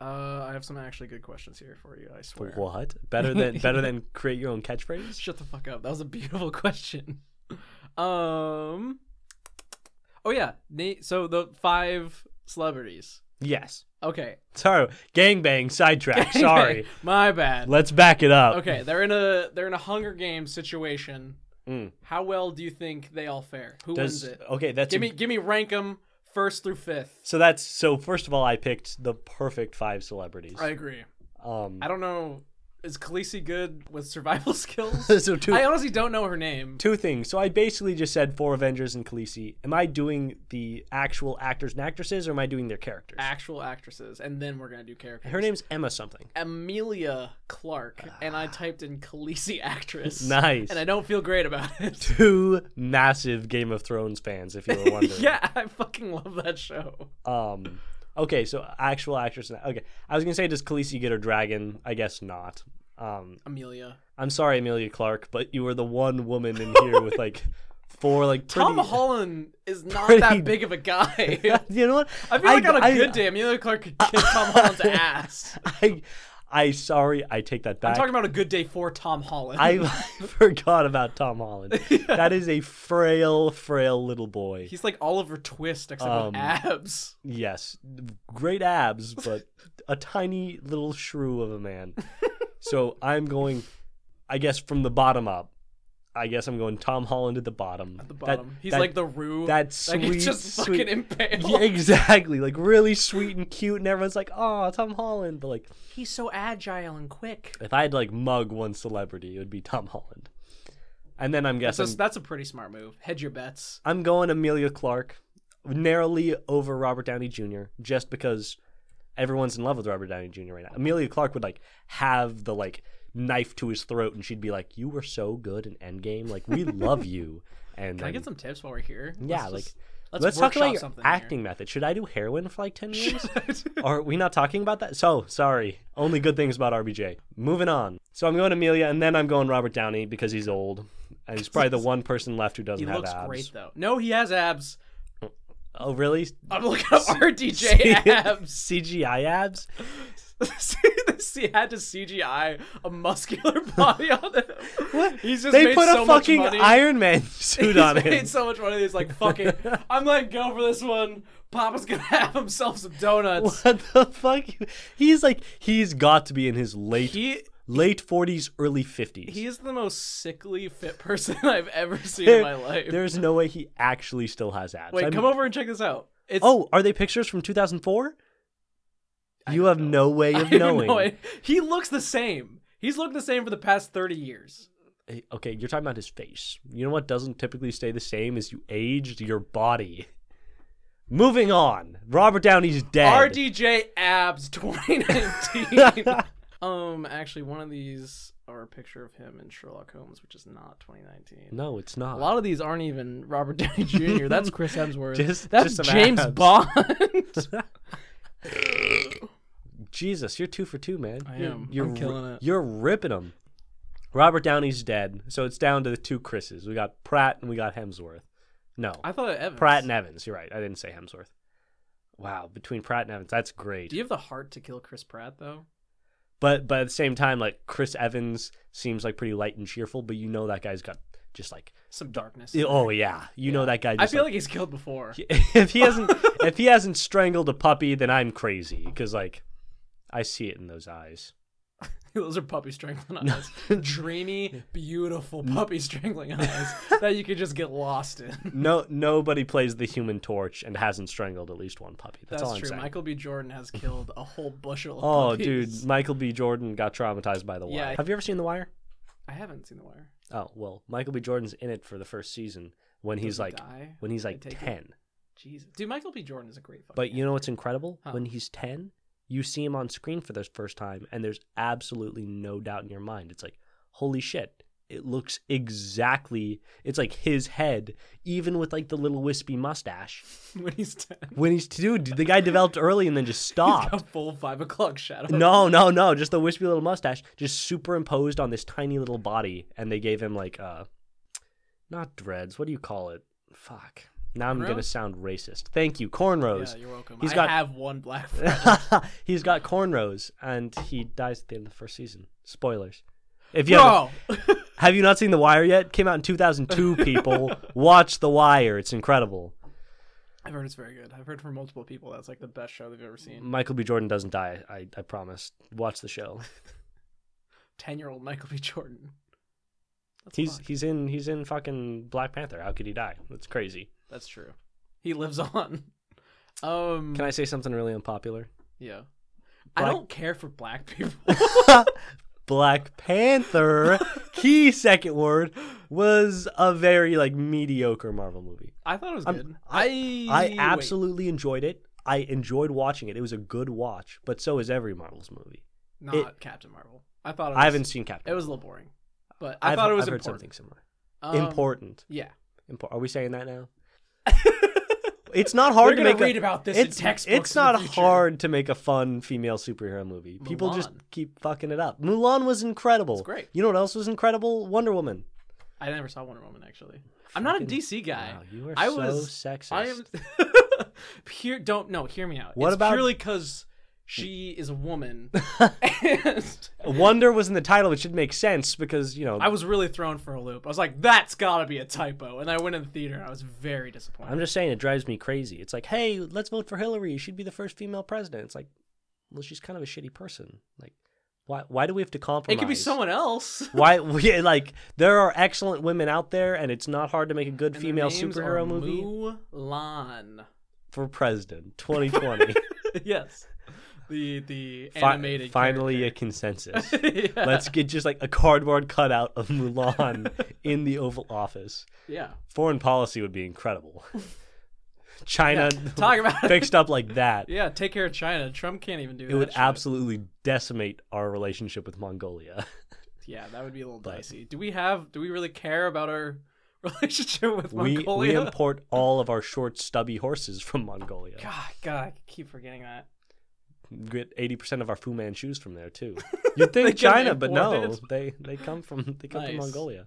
Uh, I have some actually good questions here for you. I swear.
What? Better than better than create your own catchphrase?
Shut the fuck up. That was a beautiful question. Um. Oh yeah. Na- So the five celebrities.
Yes.
Okay.
Sorry, gangbang sidetrack. Sorry.
My bad.
Let's back it up.
Okay, they're in a they're in a Hunger Games situation.
Mm.
How well do you think they all fare? Who
Does-
wins it?
okay, that's
Give
a-
me give me rank them first through fifth.
so that's so first of all I picked the perfect five celebrities.
I agree.
Um
I don't know. Is Khaleesi good with survival skills?
so two
I honestly don't know her name.
two things. So I basically just said four Avengers and Khaleesi. Am I doing the actual actors and actresses or am I doing their characters?
Actual actresses, and then we're gonna do characters.
Her name's Emma something.
Amelia Clark, and I typed in Khaleesi actress.
Ah. Nice.
And I don't feel great about it.
Two massive Game of Thrones fans, if you were wondering.
yeah, I fucking love that show.
Um. Okay, so actual actress. and- Okay, I was gonna say, does Khaleesi get her dragon? I guess not. Um,
Amelia.
I'm sorry, Amelia Clark, but you were the one woman in here with like four like pretty.
Tom Holland is not
pretty-
that big of a guy.
You know what?
I feel like on a
I-
good day, Amelia Clark could kick Tom Holland's ass.
I, I sorry, I take that
I'm
back.
talking about a good day for Tom Holland.
I forgot about Tom Holland. That is a frail, frail little boy.
He's like Oliver Twist except
Um,
with abs.
Yes, great abs, but a tiny little shrew of a man. so I'm going, I guess, from the bottom up. I guess I'm going Tom Holland at the bottom. At
The bottom. He's like the Rue.
that
like
sweet,
it's just
sweet-
fucking impaled.
yeah, exactly like really sweet and cute, and everyone's like, "Oh, Tom Holland." But like,
He's so agile and quick.
if I had to, like mug one celebrity, it would be Tom Holland. And then I'm
That's,
guessing
a, that's a pretty smart move. Hedge your bets.
I'm going Amelia Clark narrowly over Robert Downey Jr. just because everyone's in love with Robert Downey Jr. right now. Amelia Clark would like have the like knife to his throat and she'd be like, "You were so good in Endgame. Like we love you." And
Can I
then-
get some tips while we're here?
yeah,
Let's
like
just-
let's, talk
workshop
about your
something here.
acting method. Should I do heroin for like ten years? Are we not talking about that? So sorry. Only good things about RBJ. Moving on. So I'm going Amelia, and then I'm going Robert Downey because he's old, and he's probably the one person left who doesn't
He
have
looks
abs.
great though. No, he has abs.
Oh, really?
I'm looking up RDJ abs.
CGI abs?
See, this- he had to CGI a muscular body on him. What? He's just
They
made
put
so
a fucking
much money.
Iron Man
He's
suit on him.
made so much money. He's like, fuck it. I'm letting go for this one. Papa's gonna have himself some donuts.
What the fuck? He's like, he's got to be in his late
He
late forties, early fifties.
he is the most sickly fit person I've ever seen in my life.
There's no way he actually still has abs.
Wait,
I'm-
come over and check this out. It's
Oh, are they pictures from 2004? You
don't
have
know.
no way
I
of
don't
knowing.
know. He looks the same. He's looked the same for the past thirty years.
Hey, Eh, Okay, you're talking about his face. You know what doesn't typically stay the same as you age? Your body. Moving on. Robert Downey's dead.
RDJ abs 2019. um, actually, one of these are a picture of him in Sherlock Holmes, which is not 2019.
No, it's not.
A lot of these aren't even Robert Downey Jr. That's Chris Hemsworth.
Just-
That's
just some
James
abs.
Bond.
Jesus, you're two for two, man.
I
You're-
am. I'm
You're, ri-
killing it.
You're ripping them. Robert Downey's dead, so it's down to the two Chris's. We got Pratt and we got Hemsworth. No,
I thought of Evans.
Pratt and Evans. You're right. I didn't say Hemsworth. Wow, between Pratt and Evans, that's great.
Do you have the heart to kill Chris Pratt though?
but but at the same time, like Chris Evans seems like pretty light and cheerful, but you know that guy's got just like
Some darkness.
oh yeah, you know that guy.
I
Just
feel like he's killed before.
if he hasn't if he hasn't strangled a puppy, then I'm crazy because like I see it in those eyes.
Those are puppy strangling eyes. Dreamy, beautiful puppy strangling eyes that you could just get lost in.
No, nobody plays the Human Torch and hasn't strangled at least one puppy. That's,
That's,
all I'm
true.
saying.
Michael B. Jordan has killed a whole bushel of
oh,
puppies.
dude, Michael B. Jordan got traumatized by The Wire.
Yeah.
Have you ever seen The Wire?
I haven't seen The Wire.
Oh well, Michael B. Jordan's in it for the first season when he's
Does he
like
die?
when he's
I
like
take it?
ten.
Jesus. Dude, Michael B. Jordan is a great fucking
But you know what's incredible?
Huh.
When he's ten, you see him on screen for the first time, and there's absolutely no doubt in your mind. It's like, holy shit, it looks exactly. It's like his head, even with like the little wispy mustache.
when he's ten.
When he's dude, the guy developed early and then just stopped.
A full five o'clock shadow.
No, no, no. Just the wispy little mustache, just superimposed on this tiny little body, and they gave him like uh, not dreads. What do you call it? Fuck. Now I'm gonna
Cornrows?
sound racist. Thank you, cornrows.
Yeah, you're welcome.
He's
I
got-
have one black friend.
he's got cornrows, and he dies at the end of the first season. Spoilers. If you haven't-
Bro!
have you not seen The Wire yet? Came out in 2002. People, watch The Wire. It's incredible.
I've heard it's very good. I've heard from multiple people that's like the best show they've ever seen.
Michael B. Jordan doesn't die. I, I promise. Watch the show.
Ten year old Michael B. Jordan. That's
He's
fucked.
he's in he's in fucking Black Panther. How could he die? That's crazy.
that's true. He lives on. Um
Can I say something really unpopular?
Yeah. I
Black-
don't care for black people.
Black Panther, key second word, was a very like mediocre Marvel movie.
I thought it was
I'm-
good. I
I
wait.
absolutely enjoyed it. I enjoyed watching it. It was a good watch, but so is every Marvel's movie.
not
it-
Captain Marvel. I thought it was,
I haven't seen Captain.
It was a
Marvel.
little boring, but I thought it
I've-
was
I've heard something
important.
similar.
Um,
important.
Yeah.
Impor- Are we saying that now? It's not hard
We're
to
gonna
make a-
read about this
it's,
in textbooks.
It's
in the
not
future.
hard to make a fun female superhero movie. People just
Mulan.
keep fucking it up. Mulan was incredible.
It's great.
You know what else was incredible? Wonder Woman.
I never saw Wonder Woman actually. I'm not a
Fucking-
DC guy.
Wow, you are
I
so
was-
sexist.
I am pure. Don't no. Hear me out.
What
it's
about-
purely because she is a woman, and
Wonder was in the title. It should make sense because you know.
I was really thrown for a loop. I was like, "That's gotta be a typo," and I went in the theater and I was very disappointed.
I'm just saying it drives me crazy. It's like, hey, let's vote for Hillary. She'd be the first female president. It's like, well, she's kind of a shitty person. Like, why? Why do we have to compromise?
it could be someone else.
Why? We, like, there are excellent women out there, and it's not hard to make a good
And their
female
names
superhero
are
movie
Mulan.
for president 2020.
yes. The the
Fi-
animated
finally a
character.
consensus.
yeah.
Let's get just like a cardboard cutout of Mulan in the Oval Office.
yeah.
Foreign policy would be incredible. China
Talk about it.
fixed up like that.
Yeah, take care of China. Trump can't even do that.
It would
shit.
absolutely decimate our relationship with Mongolia.
Yeah, that would be a little dicey. Do we have do we really care about our relationship with
we we
Mongolia?
import all of our short, stubby horses from Mongolia.
God, God, I keep forgetting that.
Get eighty percent of our Fu Manchus from there too. You'd
They
think
get
China, but no,
imported.
they they come from they come from
Nice.
Mongolia.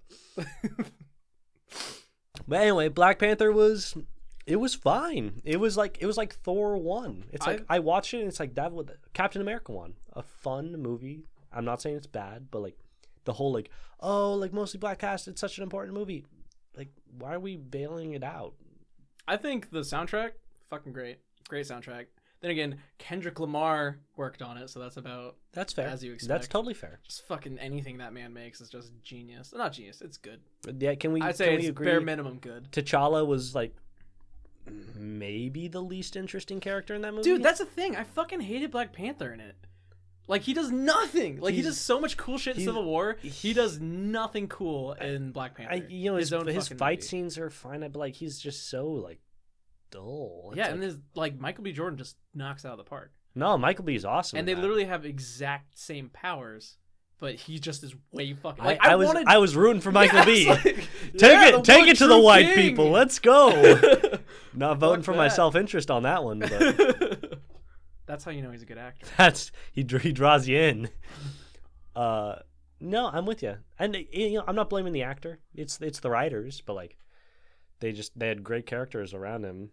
But anyway, Black Panther was it was fine. It was like it was like Thor one. It's like I, watched it and it's like that with Captain America one, a fun movie. I'm not saying it's bad, but like the whole like oh like mostly black cast. It's such an important movie. Like why are we bailing it out?
I think the soundtrack, fucking great. Great soundtrack. Then again, Kendrick Lamar worked on it, so that's about
That's fair.
As you
That's
expect.
totally fair.
just fucking anything that man makes is just genius. Not genius, it's good.
Yeah, can we?
I'd say
can
it's
we Mm, agree?
bare minimum good.
T'Challa was like maybe the least interesting character in that movie.
Dude, that's the thing. I fucking hated Black Panther in it. Like he does nothing. Like he
He's-
does so much cool shit in
he's-
Civil War. He does nothing cool in Black Panther.
I, you know his his,
fucking
fight
movie.
scenes are fine, but like he's just so like dull. It's
Yeah,
like-
and there's like Michael B. Jordan just knocks it out of the park.
no, Michael B is awesome.
and
in
they
that.
literally have exact same powers, but he just is way fucking.
I,
Like
I,
I,
was
wanted.
I was rooting for Michael
Yes,
B.
like,
take
yeah,
it, take
one
it to the
true
white
king.
people. Let's go. Not voting
Fuck
for
that.
my self interest on that one, but
That's how you know he's a good actor.
that's he, dr- he draws you in. Uh, no, I'm with you, and uh, you know I'm not blaming the actor. It's it's the writers, but like they just they had great characters around him,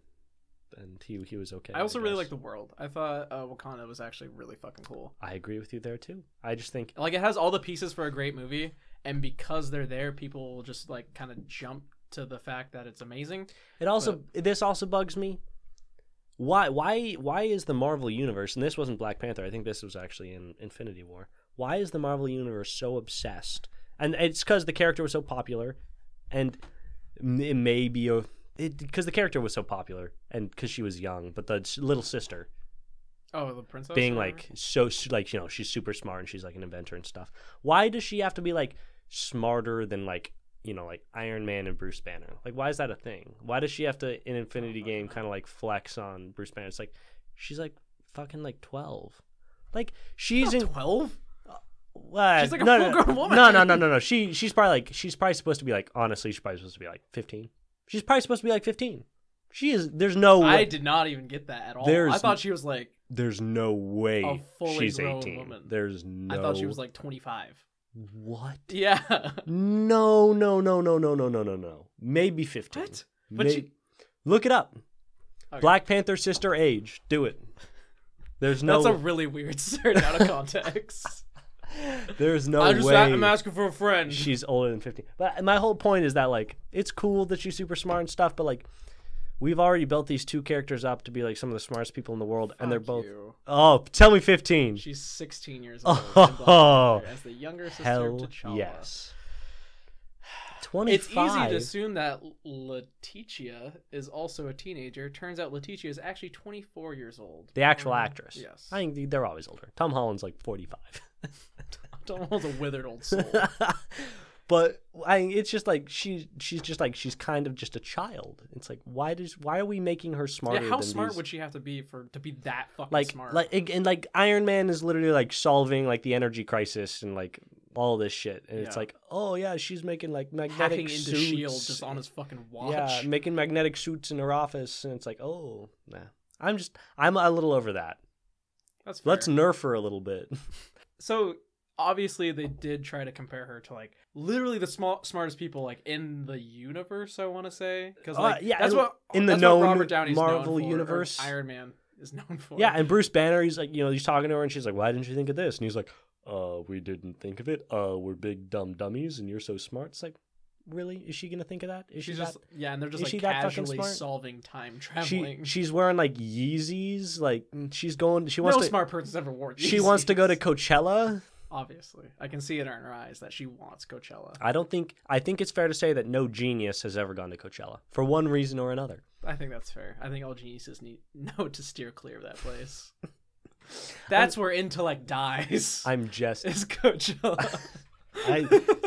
and he he was okay.
I also really like
guess.
the world. I thought uh, Wakanda was actually really fucking cool.
I agree with you there too. I just think
like it has all the pieces for a great movie and because they're there people will just like kind of jump to the fact that it's amazing
It also this also bugs me. Why why why is the Marvel universe and this wasn't Black Panther, I think this was actually in Infinity War. Why is the Marvel universe so obsessed? And it's cuz the character was so popular and m- it may be a because the character was so popular and because she was young, but the s- little sister
oh the princess
being
or
like so su- like you know she's super smart and she's like an inventor and stuff. Why does she have to be like smarter than like you know like Iron Man and Bruce Banner? Like why is that a thing? Why does she have to in Infinity Game kind of like flex on Bruce Banner? It's like she's like fucking like twelve. Like she's in.
Twelve?
Uh,
She's like a
no, no,
full-grown woman.
No, no, no, no, no. She she's probably like she's probably supposed to be like honestly she's probably supposed to be like 15. She's probably supposed to be like 15. She is. There's no.
I
Way,
did not even get that at all.
Oh, There's
I
n-
thought she was like.
there's no
A
way
fully
she's
grown
18.
woman.
There's no.
I thought she was like twenty-five.
what?
Yeah.
No, no, no, no, no, no, no, no, no. Maybe 15.
What? But
May-
she-
Look it up.
Okay.
Black Panther sister age. Do it. There's no.
That's a really weird search out of context.
there's no
I just
way.
I'm asking for a friend.
she's older than 15. But my whole point is that like it's cool that she's super smart and stuff, but like we've already built these two characters up to be like some of the smartest people in the world, and they're
Fuck
both.
you.
Oh, tell me 15.
She's 16 years old.
Oh,
in Black Panther as the younger sister
Hell
to T'Challa.
yes.
It's
25.
easy to assume that Letitia is also a teenager. Turns out Letitia is actually 24 years old.
The actual
Um,
actress.
Yes.
I think they're always older. Tom Holland's like 45.
Tom Holland's a withered old soul.
but I, it's just like she, she's just like she's kind of just a child. It's like why does why are we making her smarter?
yeah, how
than
smart
these-
would she have to be for to be that fucking
like
smart?
like ag- and like Iron Man is literally like solving like the energy crisis and like all this shit, and it's
Yeah.
like oh yeah, she's making like magnetic
hacking into
suits.
Shield E just on his fucking watch.
yeah, making magnetic suits in her office, and it's like oh nah. I'm just I'm a little over that.
That's fair.
Let's nerf her a little bit.
so obviously they did try to compare her to like literally the small smartest people like in the universe i want to say because
Uh,
like
yeah,
that's
and
what
in the
that's what
known
robert downey's known
Marvel
for, or
universe.
iron man is known for
yeah, and Bruce Banner, he's like you know he's talking to her, and she's like, why didn't you think of this? And he's like, uh, we didn't think of it. Uh, we're big dumb dummies, and you're so smart. It's like. Really? Is she gonna think of that? Is
she's
she that
just yeah and they're just
is
like
she that fucking
casually
smart?
solving time
she
traveling
she's wearing like Yeezys. Like she's going. She
no
wants to.
smart person's ever wore these.
She wants to go to Coachella.
obviously i can see it in her eyes that she wants coachella
I don't think. I think it's fair to say that no genius has ever gone to Coachella for one reason or another.
i think that's fair i think all geniuses need know to steer clear of that place that's where intellect dies
I'm just.
is coachella
I,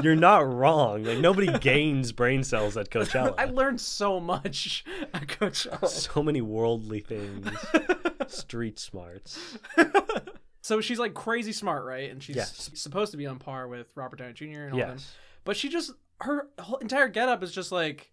you're not wrong. Like nobody gains brain cells at Coachella.
I learned so much at Coachella.
so many worldly things. Street smarts.
So she's like crazy smart, right? And she's
Yes.
supposed to be on par with Robert Downey Jr. and all them.
Yes.
But she just her whole entire getup is just like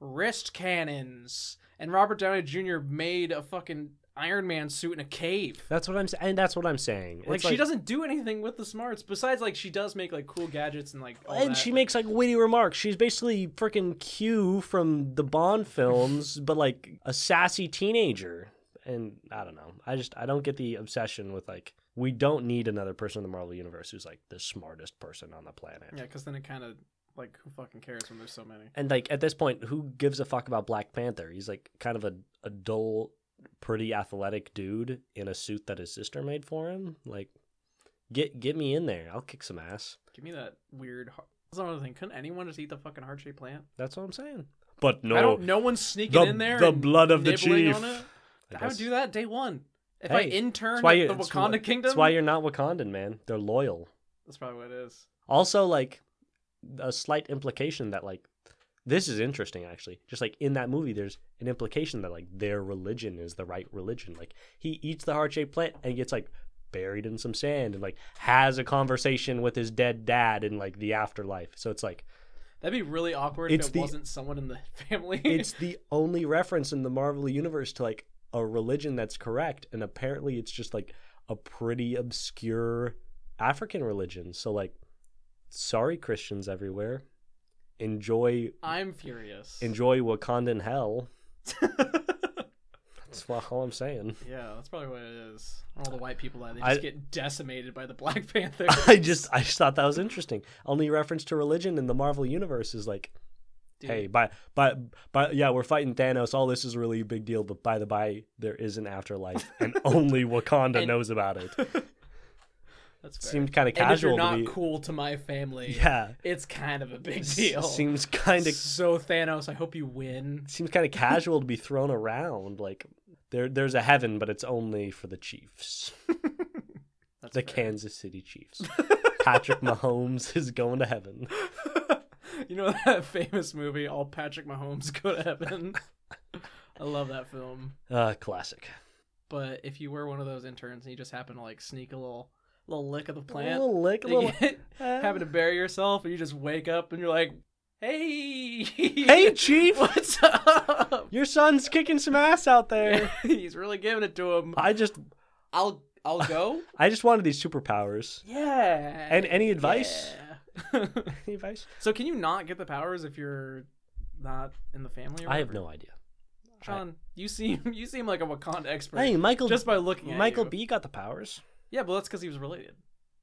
wrist cannons. And Robert Downey Jr. made a fucking Iron Man suit in a cave.
That's what I'm saying. And that's what I'm saying. It's
Like she doesn't do anything with the smarts besides like she does make like cool gadgets and like all
And
that,
she
like-
makes like witty remarks. She's basically freaking Q from the Bond films, but like a sassy teenager. And I don't know. I just I don't get the obsession with like we don't need another person in the Marvel universe who's like the smartest person on the planet.
yeah, because then it kind of like who fucking cares when there's so many.
And like at this point, who gives a fuck about Black Panther? He's like kind of a, a dull, pretty athletic dude in a suit that his sister made for him. Like, get get me in there. I'll kick some ass.
Give me that weird. Heart- That's another thing. Couldn't anyone just eat the fucking heart shaped plant?
That's what I'm saying. But no,
I don't. No one's sneaking
the-
in there.
the
and
blood of the
nibbling
chief.
On it.
I
I, would
guess-
do that day one. If I
Hey,
interned
That's why
at
you,
the
it's
Wakanda
why-
Kingdom,
That's why you're not Wakandan, man. They're loyal.
that's probably what it is.
Also, like a slight implication that like this is interesting actually. Just like in that movie, there's an implication that like their religion is the right religion. Like he eats the heart shaped plant and gets like buried in some sand and like has a conversation with his dead dad in like the afterlife. So it's like
That'd be really awkward
It's
if it
the-
wasn't someone in the family.
it's the only reference in the Marvel universe to like a religion that's correct, and apparently it's just like a pretty obscure African religion. So like, sorry Christians everywhere, enjoy
I'm furious.
enjoy Wakandan hell. That's wha- all I'm saying.
yeah, that's probably what it is. All the white people that they just
I-
get decimated by the Black Panther.
I just I just thought that was interesting. Only reference to religion in the Marvel universe is like,
Dude,
hey, by by by yeah, we're fighting Thanos. All this is really a big deal, but by the by, there is an afterlife, and only Wakanda
And-
knows about it.
that's fair.
seemed kind of
and if you're
casual
not
to be.
cool to my family,
Yeah,
it's kind of a big
S-
deal.
seems kind of
so Thanos, I hope you win.
seems kind of casual to be thrown around. Like there, there's a heaven, but it's only for the Chiefs,
That's
the
fair.
Kansas City Chiefs. Patrick Mahomes is going to heaven.
you know that famous movie, All Patrick Mahomes Go to Heaven? I love that film.
Uh, classic.
but if you were one of those interns and you just happen to like sneak a little little lick of the plant,
little lick, a
you
little. uh,
get- having to bury yourself, and you just wake up and you're like, "Hey,
hey, chief,
what's up?"
your son's kicking some ass out there.
He's really giving it to him.
I just,
I'll I'll go.
I just wanted these superpowers.
yeah.
And any advice?
Yeah.
Any advice?
so can you not get the powers if you're not in the family? Or
I have
whatever?
no idea.
Sean, you seem you seem like a Wakanda expert.
Hey, Michael,
just by looking at
Michael
you.
B got the powers.
Yeah, but that's because he was related.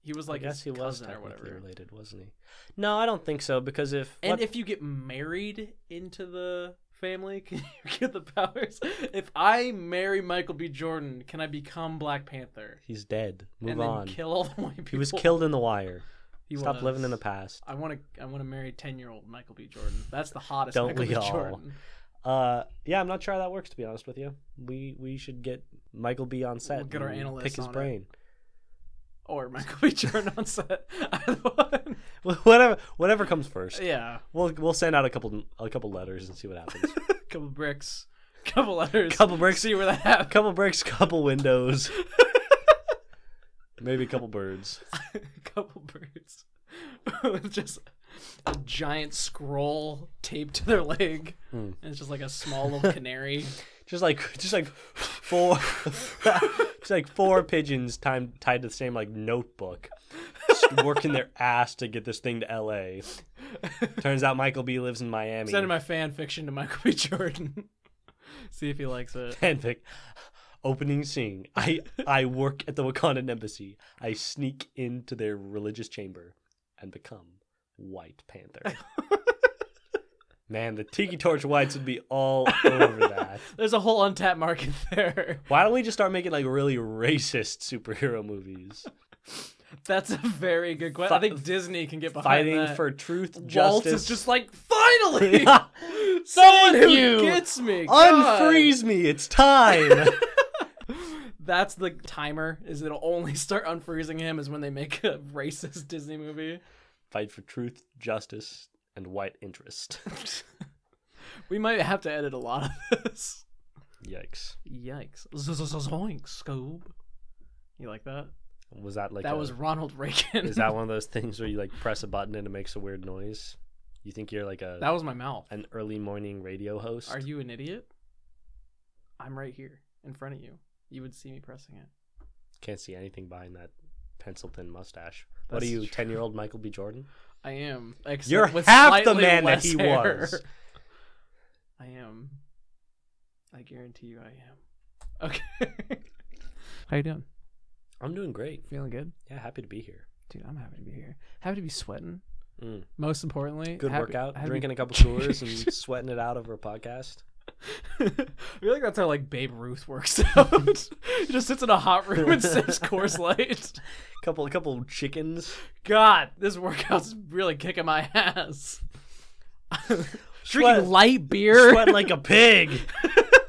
He was like
I guess
his
he was
cousin or
technically
whatever.
related, wasn't he? No, I don't think so because if
And
what-
if you get married into the family, can you get the powers? If I marry Michael B. Jordan, can I become Black Panther
he's dead, move
and
on.
then kill all the white people?
he was killed in the wire.
He
Stop
was.
living in the past.
I want to. I want to marry ten-year-old Michael B. Jordan. That's the hottest.
Don't
Michael
we
B.
all?
Jordan.
Uh, yeah, I'm not sure how that works to be honest with you. We we should get Michael B on set.
We'll get our
and
analysts
pick his
on it.
brain.
or Michael B. Jordan on set? Either one.
whatever whatever comes first.
Yeah,
We'll we'll send out a couple a couple letters and see what happens.
couple bricks, couple letters,
couple bricks,
See where that happens.
couple bricks, couple windows. Maybe a couple birds.
couple birds with just a giant scroll taped to their leg
Hmm.
and it's just like a small little canary
Just like just like four just like four pigeons time, tied to the same like notebook. Just working their ass to get this thing to LA. Turns out Michael B lives in Miami.
sending my fan fiction to michael b jordan see if he likes it
fanfic. Opening scene. I I work at the Wakandan embassy. I sneak into their religious chamber and become White Panther. Man, the Tiki Torch Whites would be all over that.
there's a whole untapped market there
Why don't we just start making like really racist superhero movies?
that's a very good question i think disney can get behind
Fighting
that.
for truth,
Walt
justice.
is just like finally someone
Thank
who
you.
gets me God.
Unfreeze me, it's time.
that's the timer is it'll only start unfreezing him is when they make a racist disney movie
Fight for truth, justice, and white interest.
We might have to edit a lot of this.
Yikes.
Yikes. Zoinks, Scoob. You like that?
Was that like
that
a-
was Ronald Reagan.
Is that one of those things where you like press a button and it makes a weird noise? You think you're like a
That was my mouth.
an early morning radio host?
Are you an idiot? I'm right here in front of you. You would see me pressing it.
Can't see anything behind that pencil thin mustache. what are
That's
you,
true.
ten year old Michael B. Jordan?
I am. Except
You're
with
half the
slightly
man that
less
he
hair.
was.
I am. I guarantee you I am. Okay. How you doing?
I'm doing great.
Feeling good?
Yeah, happy to be here.
Dude, I'm happy to be here. Happy to be sweating.
Mm.
Most importantly,
Good
happy-
workout.
happy-
Drinking a couple coolers and sweating it out over a podcast.
I feel like that's how like Babe Ruth works out. he just sits in a hot room and sips Coors Light.
Couple a couple chickens.
God, this workout's really kicking my ass. Drinking
Sweat-
light beer.
Sweating like a pig.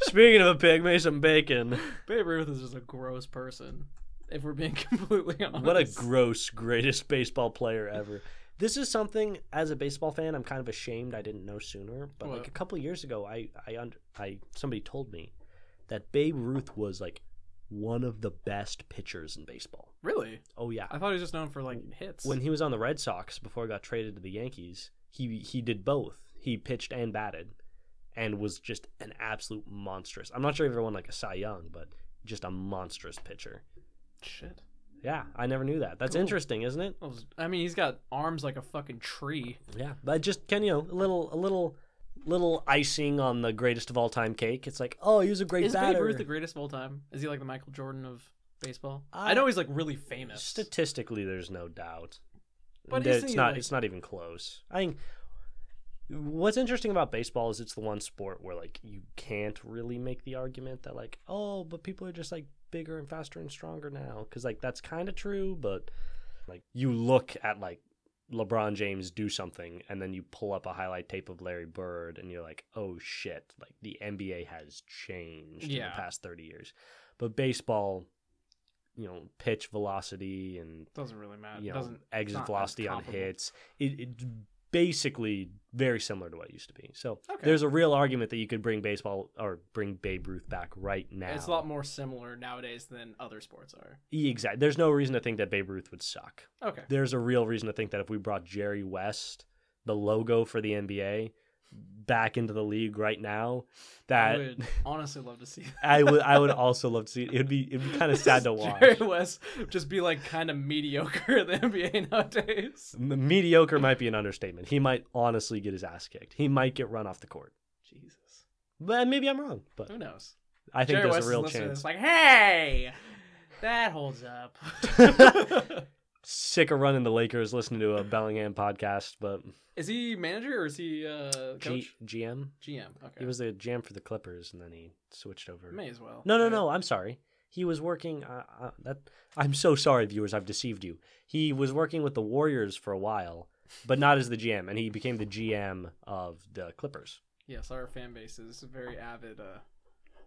Speaking of a pig, make some bacon.
Babe Ruth is just a gross person. If we're being completely honest,
What a gross, greatest baseball player ever. This is something, as a baseball fan, I'm kind of ashamed I didn't know sooner. But like
What?
a couple years ago, I, I, und- I, somebody told me that Babe Ruth was like one of the best pitchers in baseball.
really?
Oh yeah,
I thought he was just known for like hits.
when he was on the Red Sox before he got traded to the Yankees, he he did both. He pitched and batted, and was just an absolute monstrous. I'm not sure if he ever won like a Cy Young, but just a monstrous pitcher.
shit,
Yeah, I never knew that. That's
Cool.
interesting, isn't it?
That was- I mean, he's got arms like a fucking tree.
Yeah, but just can you know a little a little little icing on the greatest of all time cake. It's like oh he was a great
Is
batter.
Babe Ruth the greatest of all time? Is he like the Michael Jordan of baseball?
I-
I know he's like really famous.
Statistically, there's no doubt.
But
But
isn't
it's
he,
not
like-
it's not even close. I think what's interesting about baseball is it's the one sport where like you can't really make the argument that like oh but people are just like bigger and faster and stronger now cuz like that's kind of true but like you look at like LeBron James do something and then you pull up a highlight tape of Larry Bird and you're like oh shit like the NBA has changed in
Yeah.
the past 30 years. But baseball you know pitch velocity and
Doesn't really matter.
you know,
Uh, Doesn't
exit
not as
velocity on
comparable.
hits. It, it basically very similar to what it used to be. So
Okay.
there's a real argument that you could bring baseball or bring Babe Ruth back right now.
It's a lot more similar nowadays than other sports are.
Exactly. There's no reason to think that Babe Ruth would suck.
Okay.
There's a real reason to think that if we brought Jerry West, the logo for the NBA, back into the league right now,
I
that
would honestly love to see that.
I would I would also love to see. It would be it'd be kind of sad to watch.
Jerry West just be like kind of mediocre in the NBA nowadays.
M- Mediocre might be an understatement. He might honestly get his ass kicked. He might get run off the court.
Jesus.
But maybe I'm wrong. But
Who knows?
I think
Jerry
there's
West
a
is
real
listening to
chance.
this like, hey, that holds up.
Sick of running the Lakers, listening to a Bellingham podcast, but
is he manager or is he uh,
G-
coach?
GM.
GM. Okay.
He was the GM for the Clippers, and then he switched over.
May as well.
No, no,
right?
no. I'm sorry. He was working. Uh, uh, that I'm so sorry, viewers. I've deceived you. He was working with the Warriors for a while, but not as the GM, and he became the GM of the Clippers.
Yes, our fan base is very avid uh,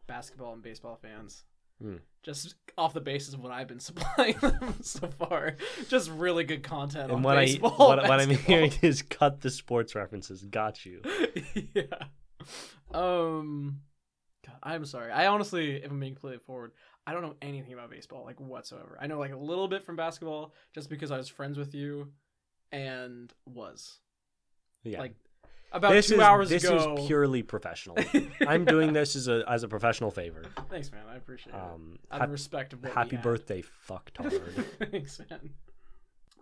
basketball and baseball fans.
Hmm.
Just off the basis of what I've been supplying them so far, just really good content on
and what
baseball.
I what, what I'm hearing is cut the sports references. Got you.
hearing, yeah. Um, God, I'm sorry. I honestly, if I'm being completely forward, I don't know anything about baseball like whatsoever. I know like a little bit from basketball, just because I was friends with you, and was
Yeah.
like about
this
two
is,
hours
this
ago.
is purely professional. I'm doing this as a as a professional favor.
Thanks, man. I appreciate it.
Um,
out
hap-
of respect of what we
happy
had.
birthday, fucktard.
Thanks, man.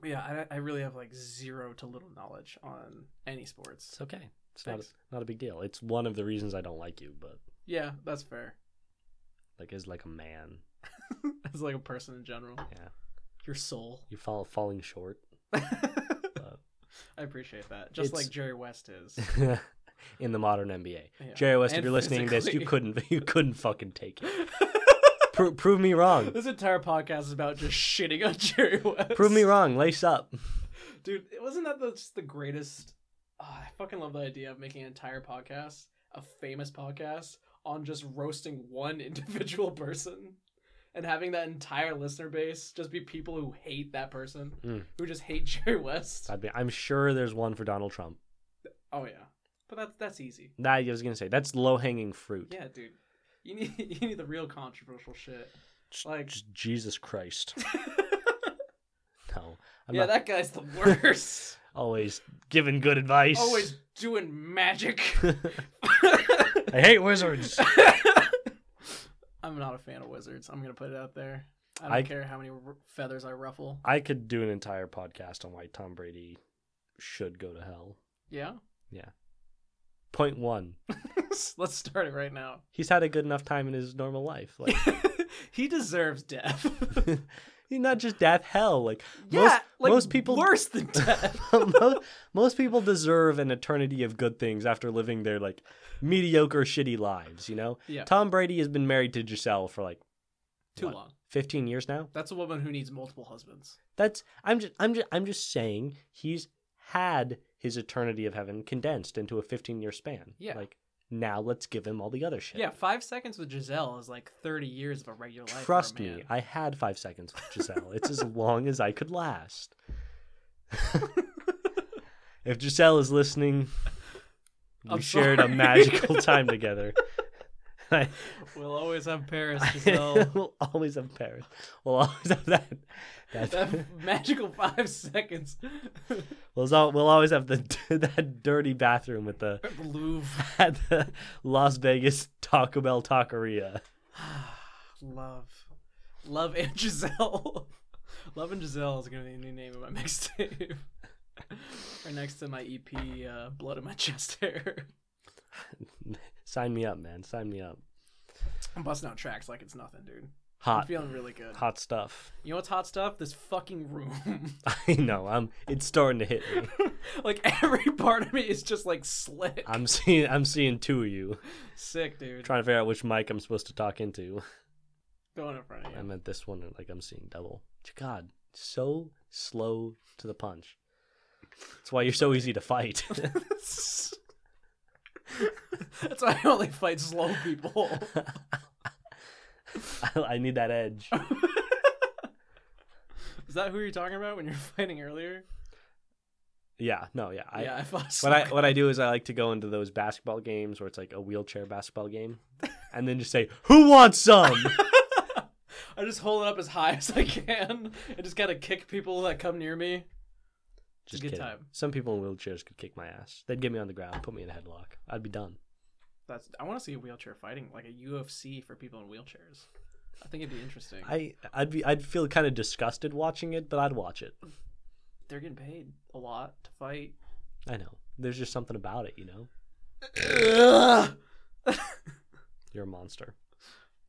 But yeah, I, I really have like zero to little knowledge on any sports.
it's okay. It's not a,
Thanks.
not a big deal. It's one of the reasons I don't like you, but
Yeah, that's fair.
like as like a man,
As like a person in general,
yeah,
your soul.
you fall falling short.
I appreciate that. Just
It's-
like Jerry West is.
in the modern NBA.
Yeah.
Jerry West, if
And
you're listening to this, you
physically.
couldn't you couldn't fucking take it. Pro- prove me wrong.
This entire podcast is about just shitting on Jerry West.
Prove me wrong. Lace up.
dude. Wasn't that the, just the greatest? Oh, I fucking love the idea of making an entire podcast, a famous podcast, on just roasting one individual person, and having that entire listener base just be people who hate that person,
Mm.
who just hate Jerry West.
I'd be, I'm sure there's one for Donald Trump.
Oh yeah, but that's that's easy.
That I was gonna say. That's low hanging fruit.
Yeah, dude. You need you need the real controversial shit.
Just-
like-
just Jesus Christ. No, I'm
yeah,
not
that guy's the worst.
always giving good advice.
Always doing magic.
I hate wizards.
I'm not a fan of wizards. I'm gonna put it out there. I don't
I-
care how many r- feathers I ruffle.
I could do an entire podcast on why Tom Brady should go to hell.
Yeah,
Point one.
let's start it right now.
He's had a good enough time in his normal life. Like
he deserves death.
not just death, hell. Like
yeah,
most,
like
most people
worse than death.
most, most people deserve an eternity of good things after living their like mediocre, shitty lives. You know,
Yeah.
Tom Brady has been married to Giselle for like
Too
What?
long.
15 years now.
That's a woman who needs multiple husbands.
That's I'm just I'm just I'm just saying he's had his eternity of heaven condensed into a 15 year span.
Yeah.
Like now let's give him all the other shit.
Yeah, five seconds with Giselle is like 30 years of a regular life. for a
Trust me,
man.
I had five seconds with Giselle. it's as long as I could last. if Giselle is listening, we
I'm
shared a
sorry.
magical time together. I,
We'll always have Paris, Giselle.
we'll always have Paris. We'll always have that. that,
that magical five seconds.
we'll, al- we'll always have the that dirty bathroom with the
Louvre.
at the Las Vegas Taco Bell Taqueria.
Love. Love and Giselle. Love and Giselle is going to be the new name of my mixtape. right next to my EP, uh, Blood in My Chest Hair.
Sign me up, man. Sign me up.
I'm busting out tracks like it's nothing, dude. I'm
Hot,
feeling really good.
hot stuff.
You know what's hot stuff? This fucking room.
I know. I'm. It's starting to hit me.
like, every part of me is just, like, slick.
I'm seeing. I'm seeing two of you.
Sick, dude.
Trying to figure out which mic I'm supposed to talk into.
Going in front of you.
I'm at this one, and like I'm seeing double. God, so slow to the punch. That's why you're so easy to fight.
That's why I only fight slow people.
I, I need that edge.
Is that who you're talking about when you're fighting earlier?
Yeah, no, yeah. I,
yeah, I thought so.
What I what I do is I like to go into those basketball games where it's like a wheelchair basketball game, and then just say, "Who wants some?"
I just hold it up as high as I can and just gotta kick people that come near me.
Just
good
kidding.
time.
Some people in wheelchairs could kick my ass. They'd get me on the ground, put me in a headlock. I'd be done.
That's I want to see a wheelchair fighting like a UFC for people in wheelchairs. I think it'd be interesting.
I I'd be I'd feel kind of disgusted watching it, but I'd watch it.
They're getting paid a lot to fight.
I know. There's just something about it, you know. You're a monster.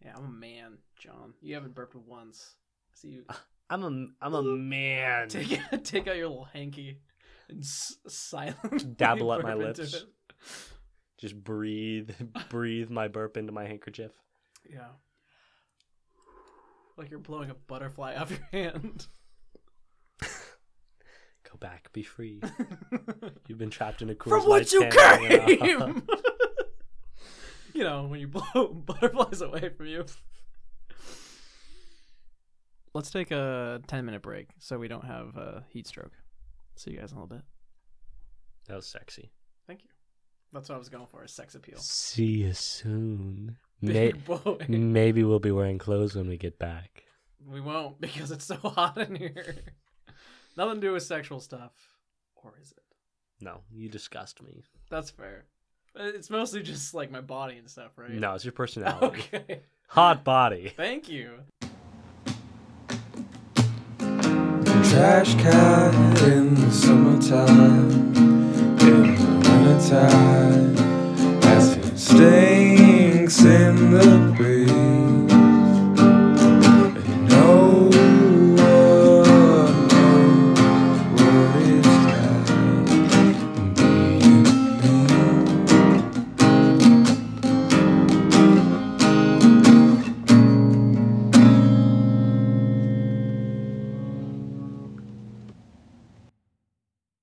Yeah, I'm a man, John. You haven't burped once. See you
I'm a I'm a man.
take take out your little hanky and s- silently
Dabble at
burp
my
into
lips.
it.
Just breathe breathe my burp into my handkerchief.
Yeah. Like you're blowing a butterfly off your hand.
Go back, be free.
From
You've been trapped in a Coors
what
Light
you
can.
came. you know, when you blow butterflies away from you. Let's take a 10 minute break so we don't have a heat stroke. See you guys in a little bit.
That was sexy.
Thank you. That's what I was going for, is sex appeal.
See you soon. May-
Big boy.
maybe we'll be wearing clothes when we get back.
We won't because it's so hot in here. Nothing to do with sexual stuff. Or is it?
No, you disgust me.
That's fair. Uh, It's mostly just like my body and stuff, right?
No, it's your personality.
Okay.
Hot body.
Thank you.
Trash cat in the summertime, in the wintertime, as you stay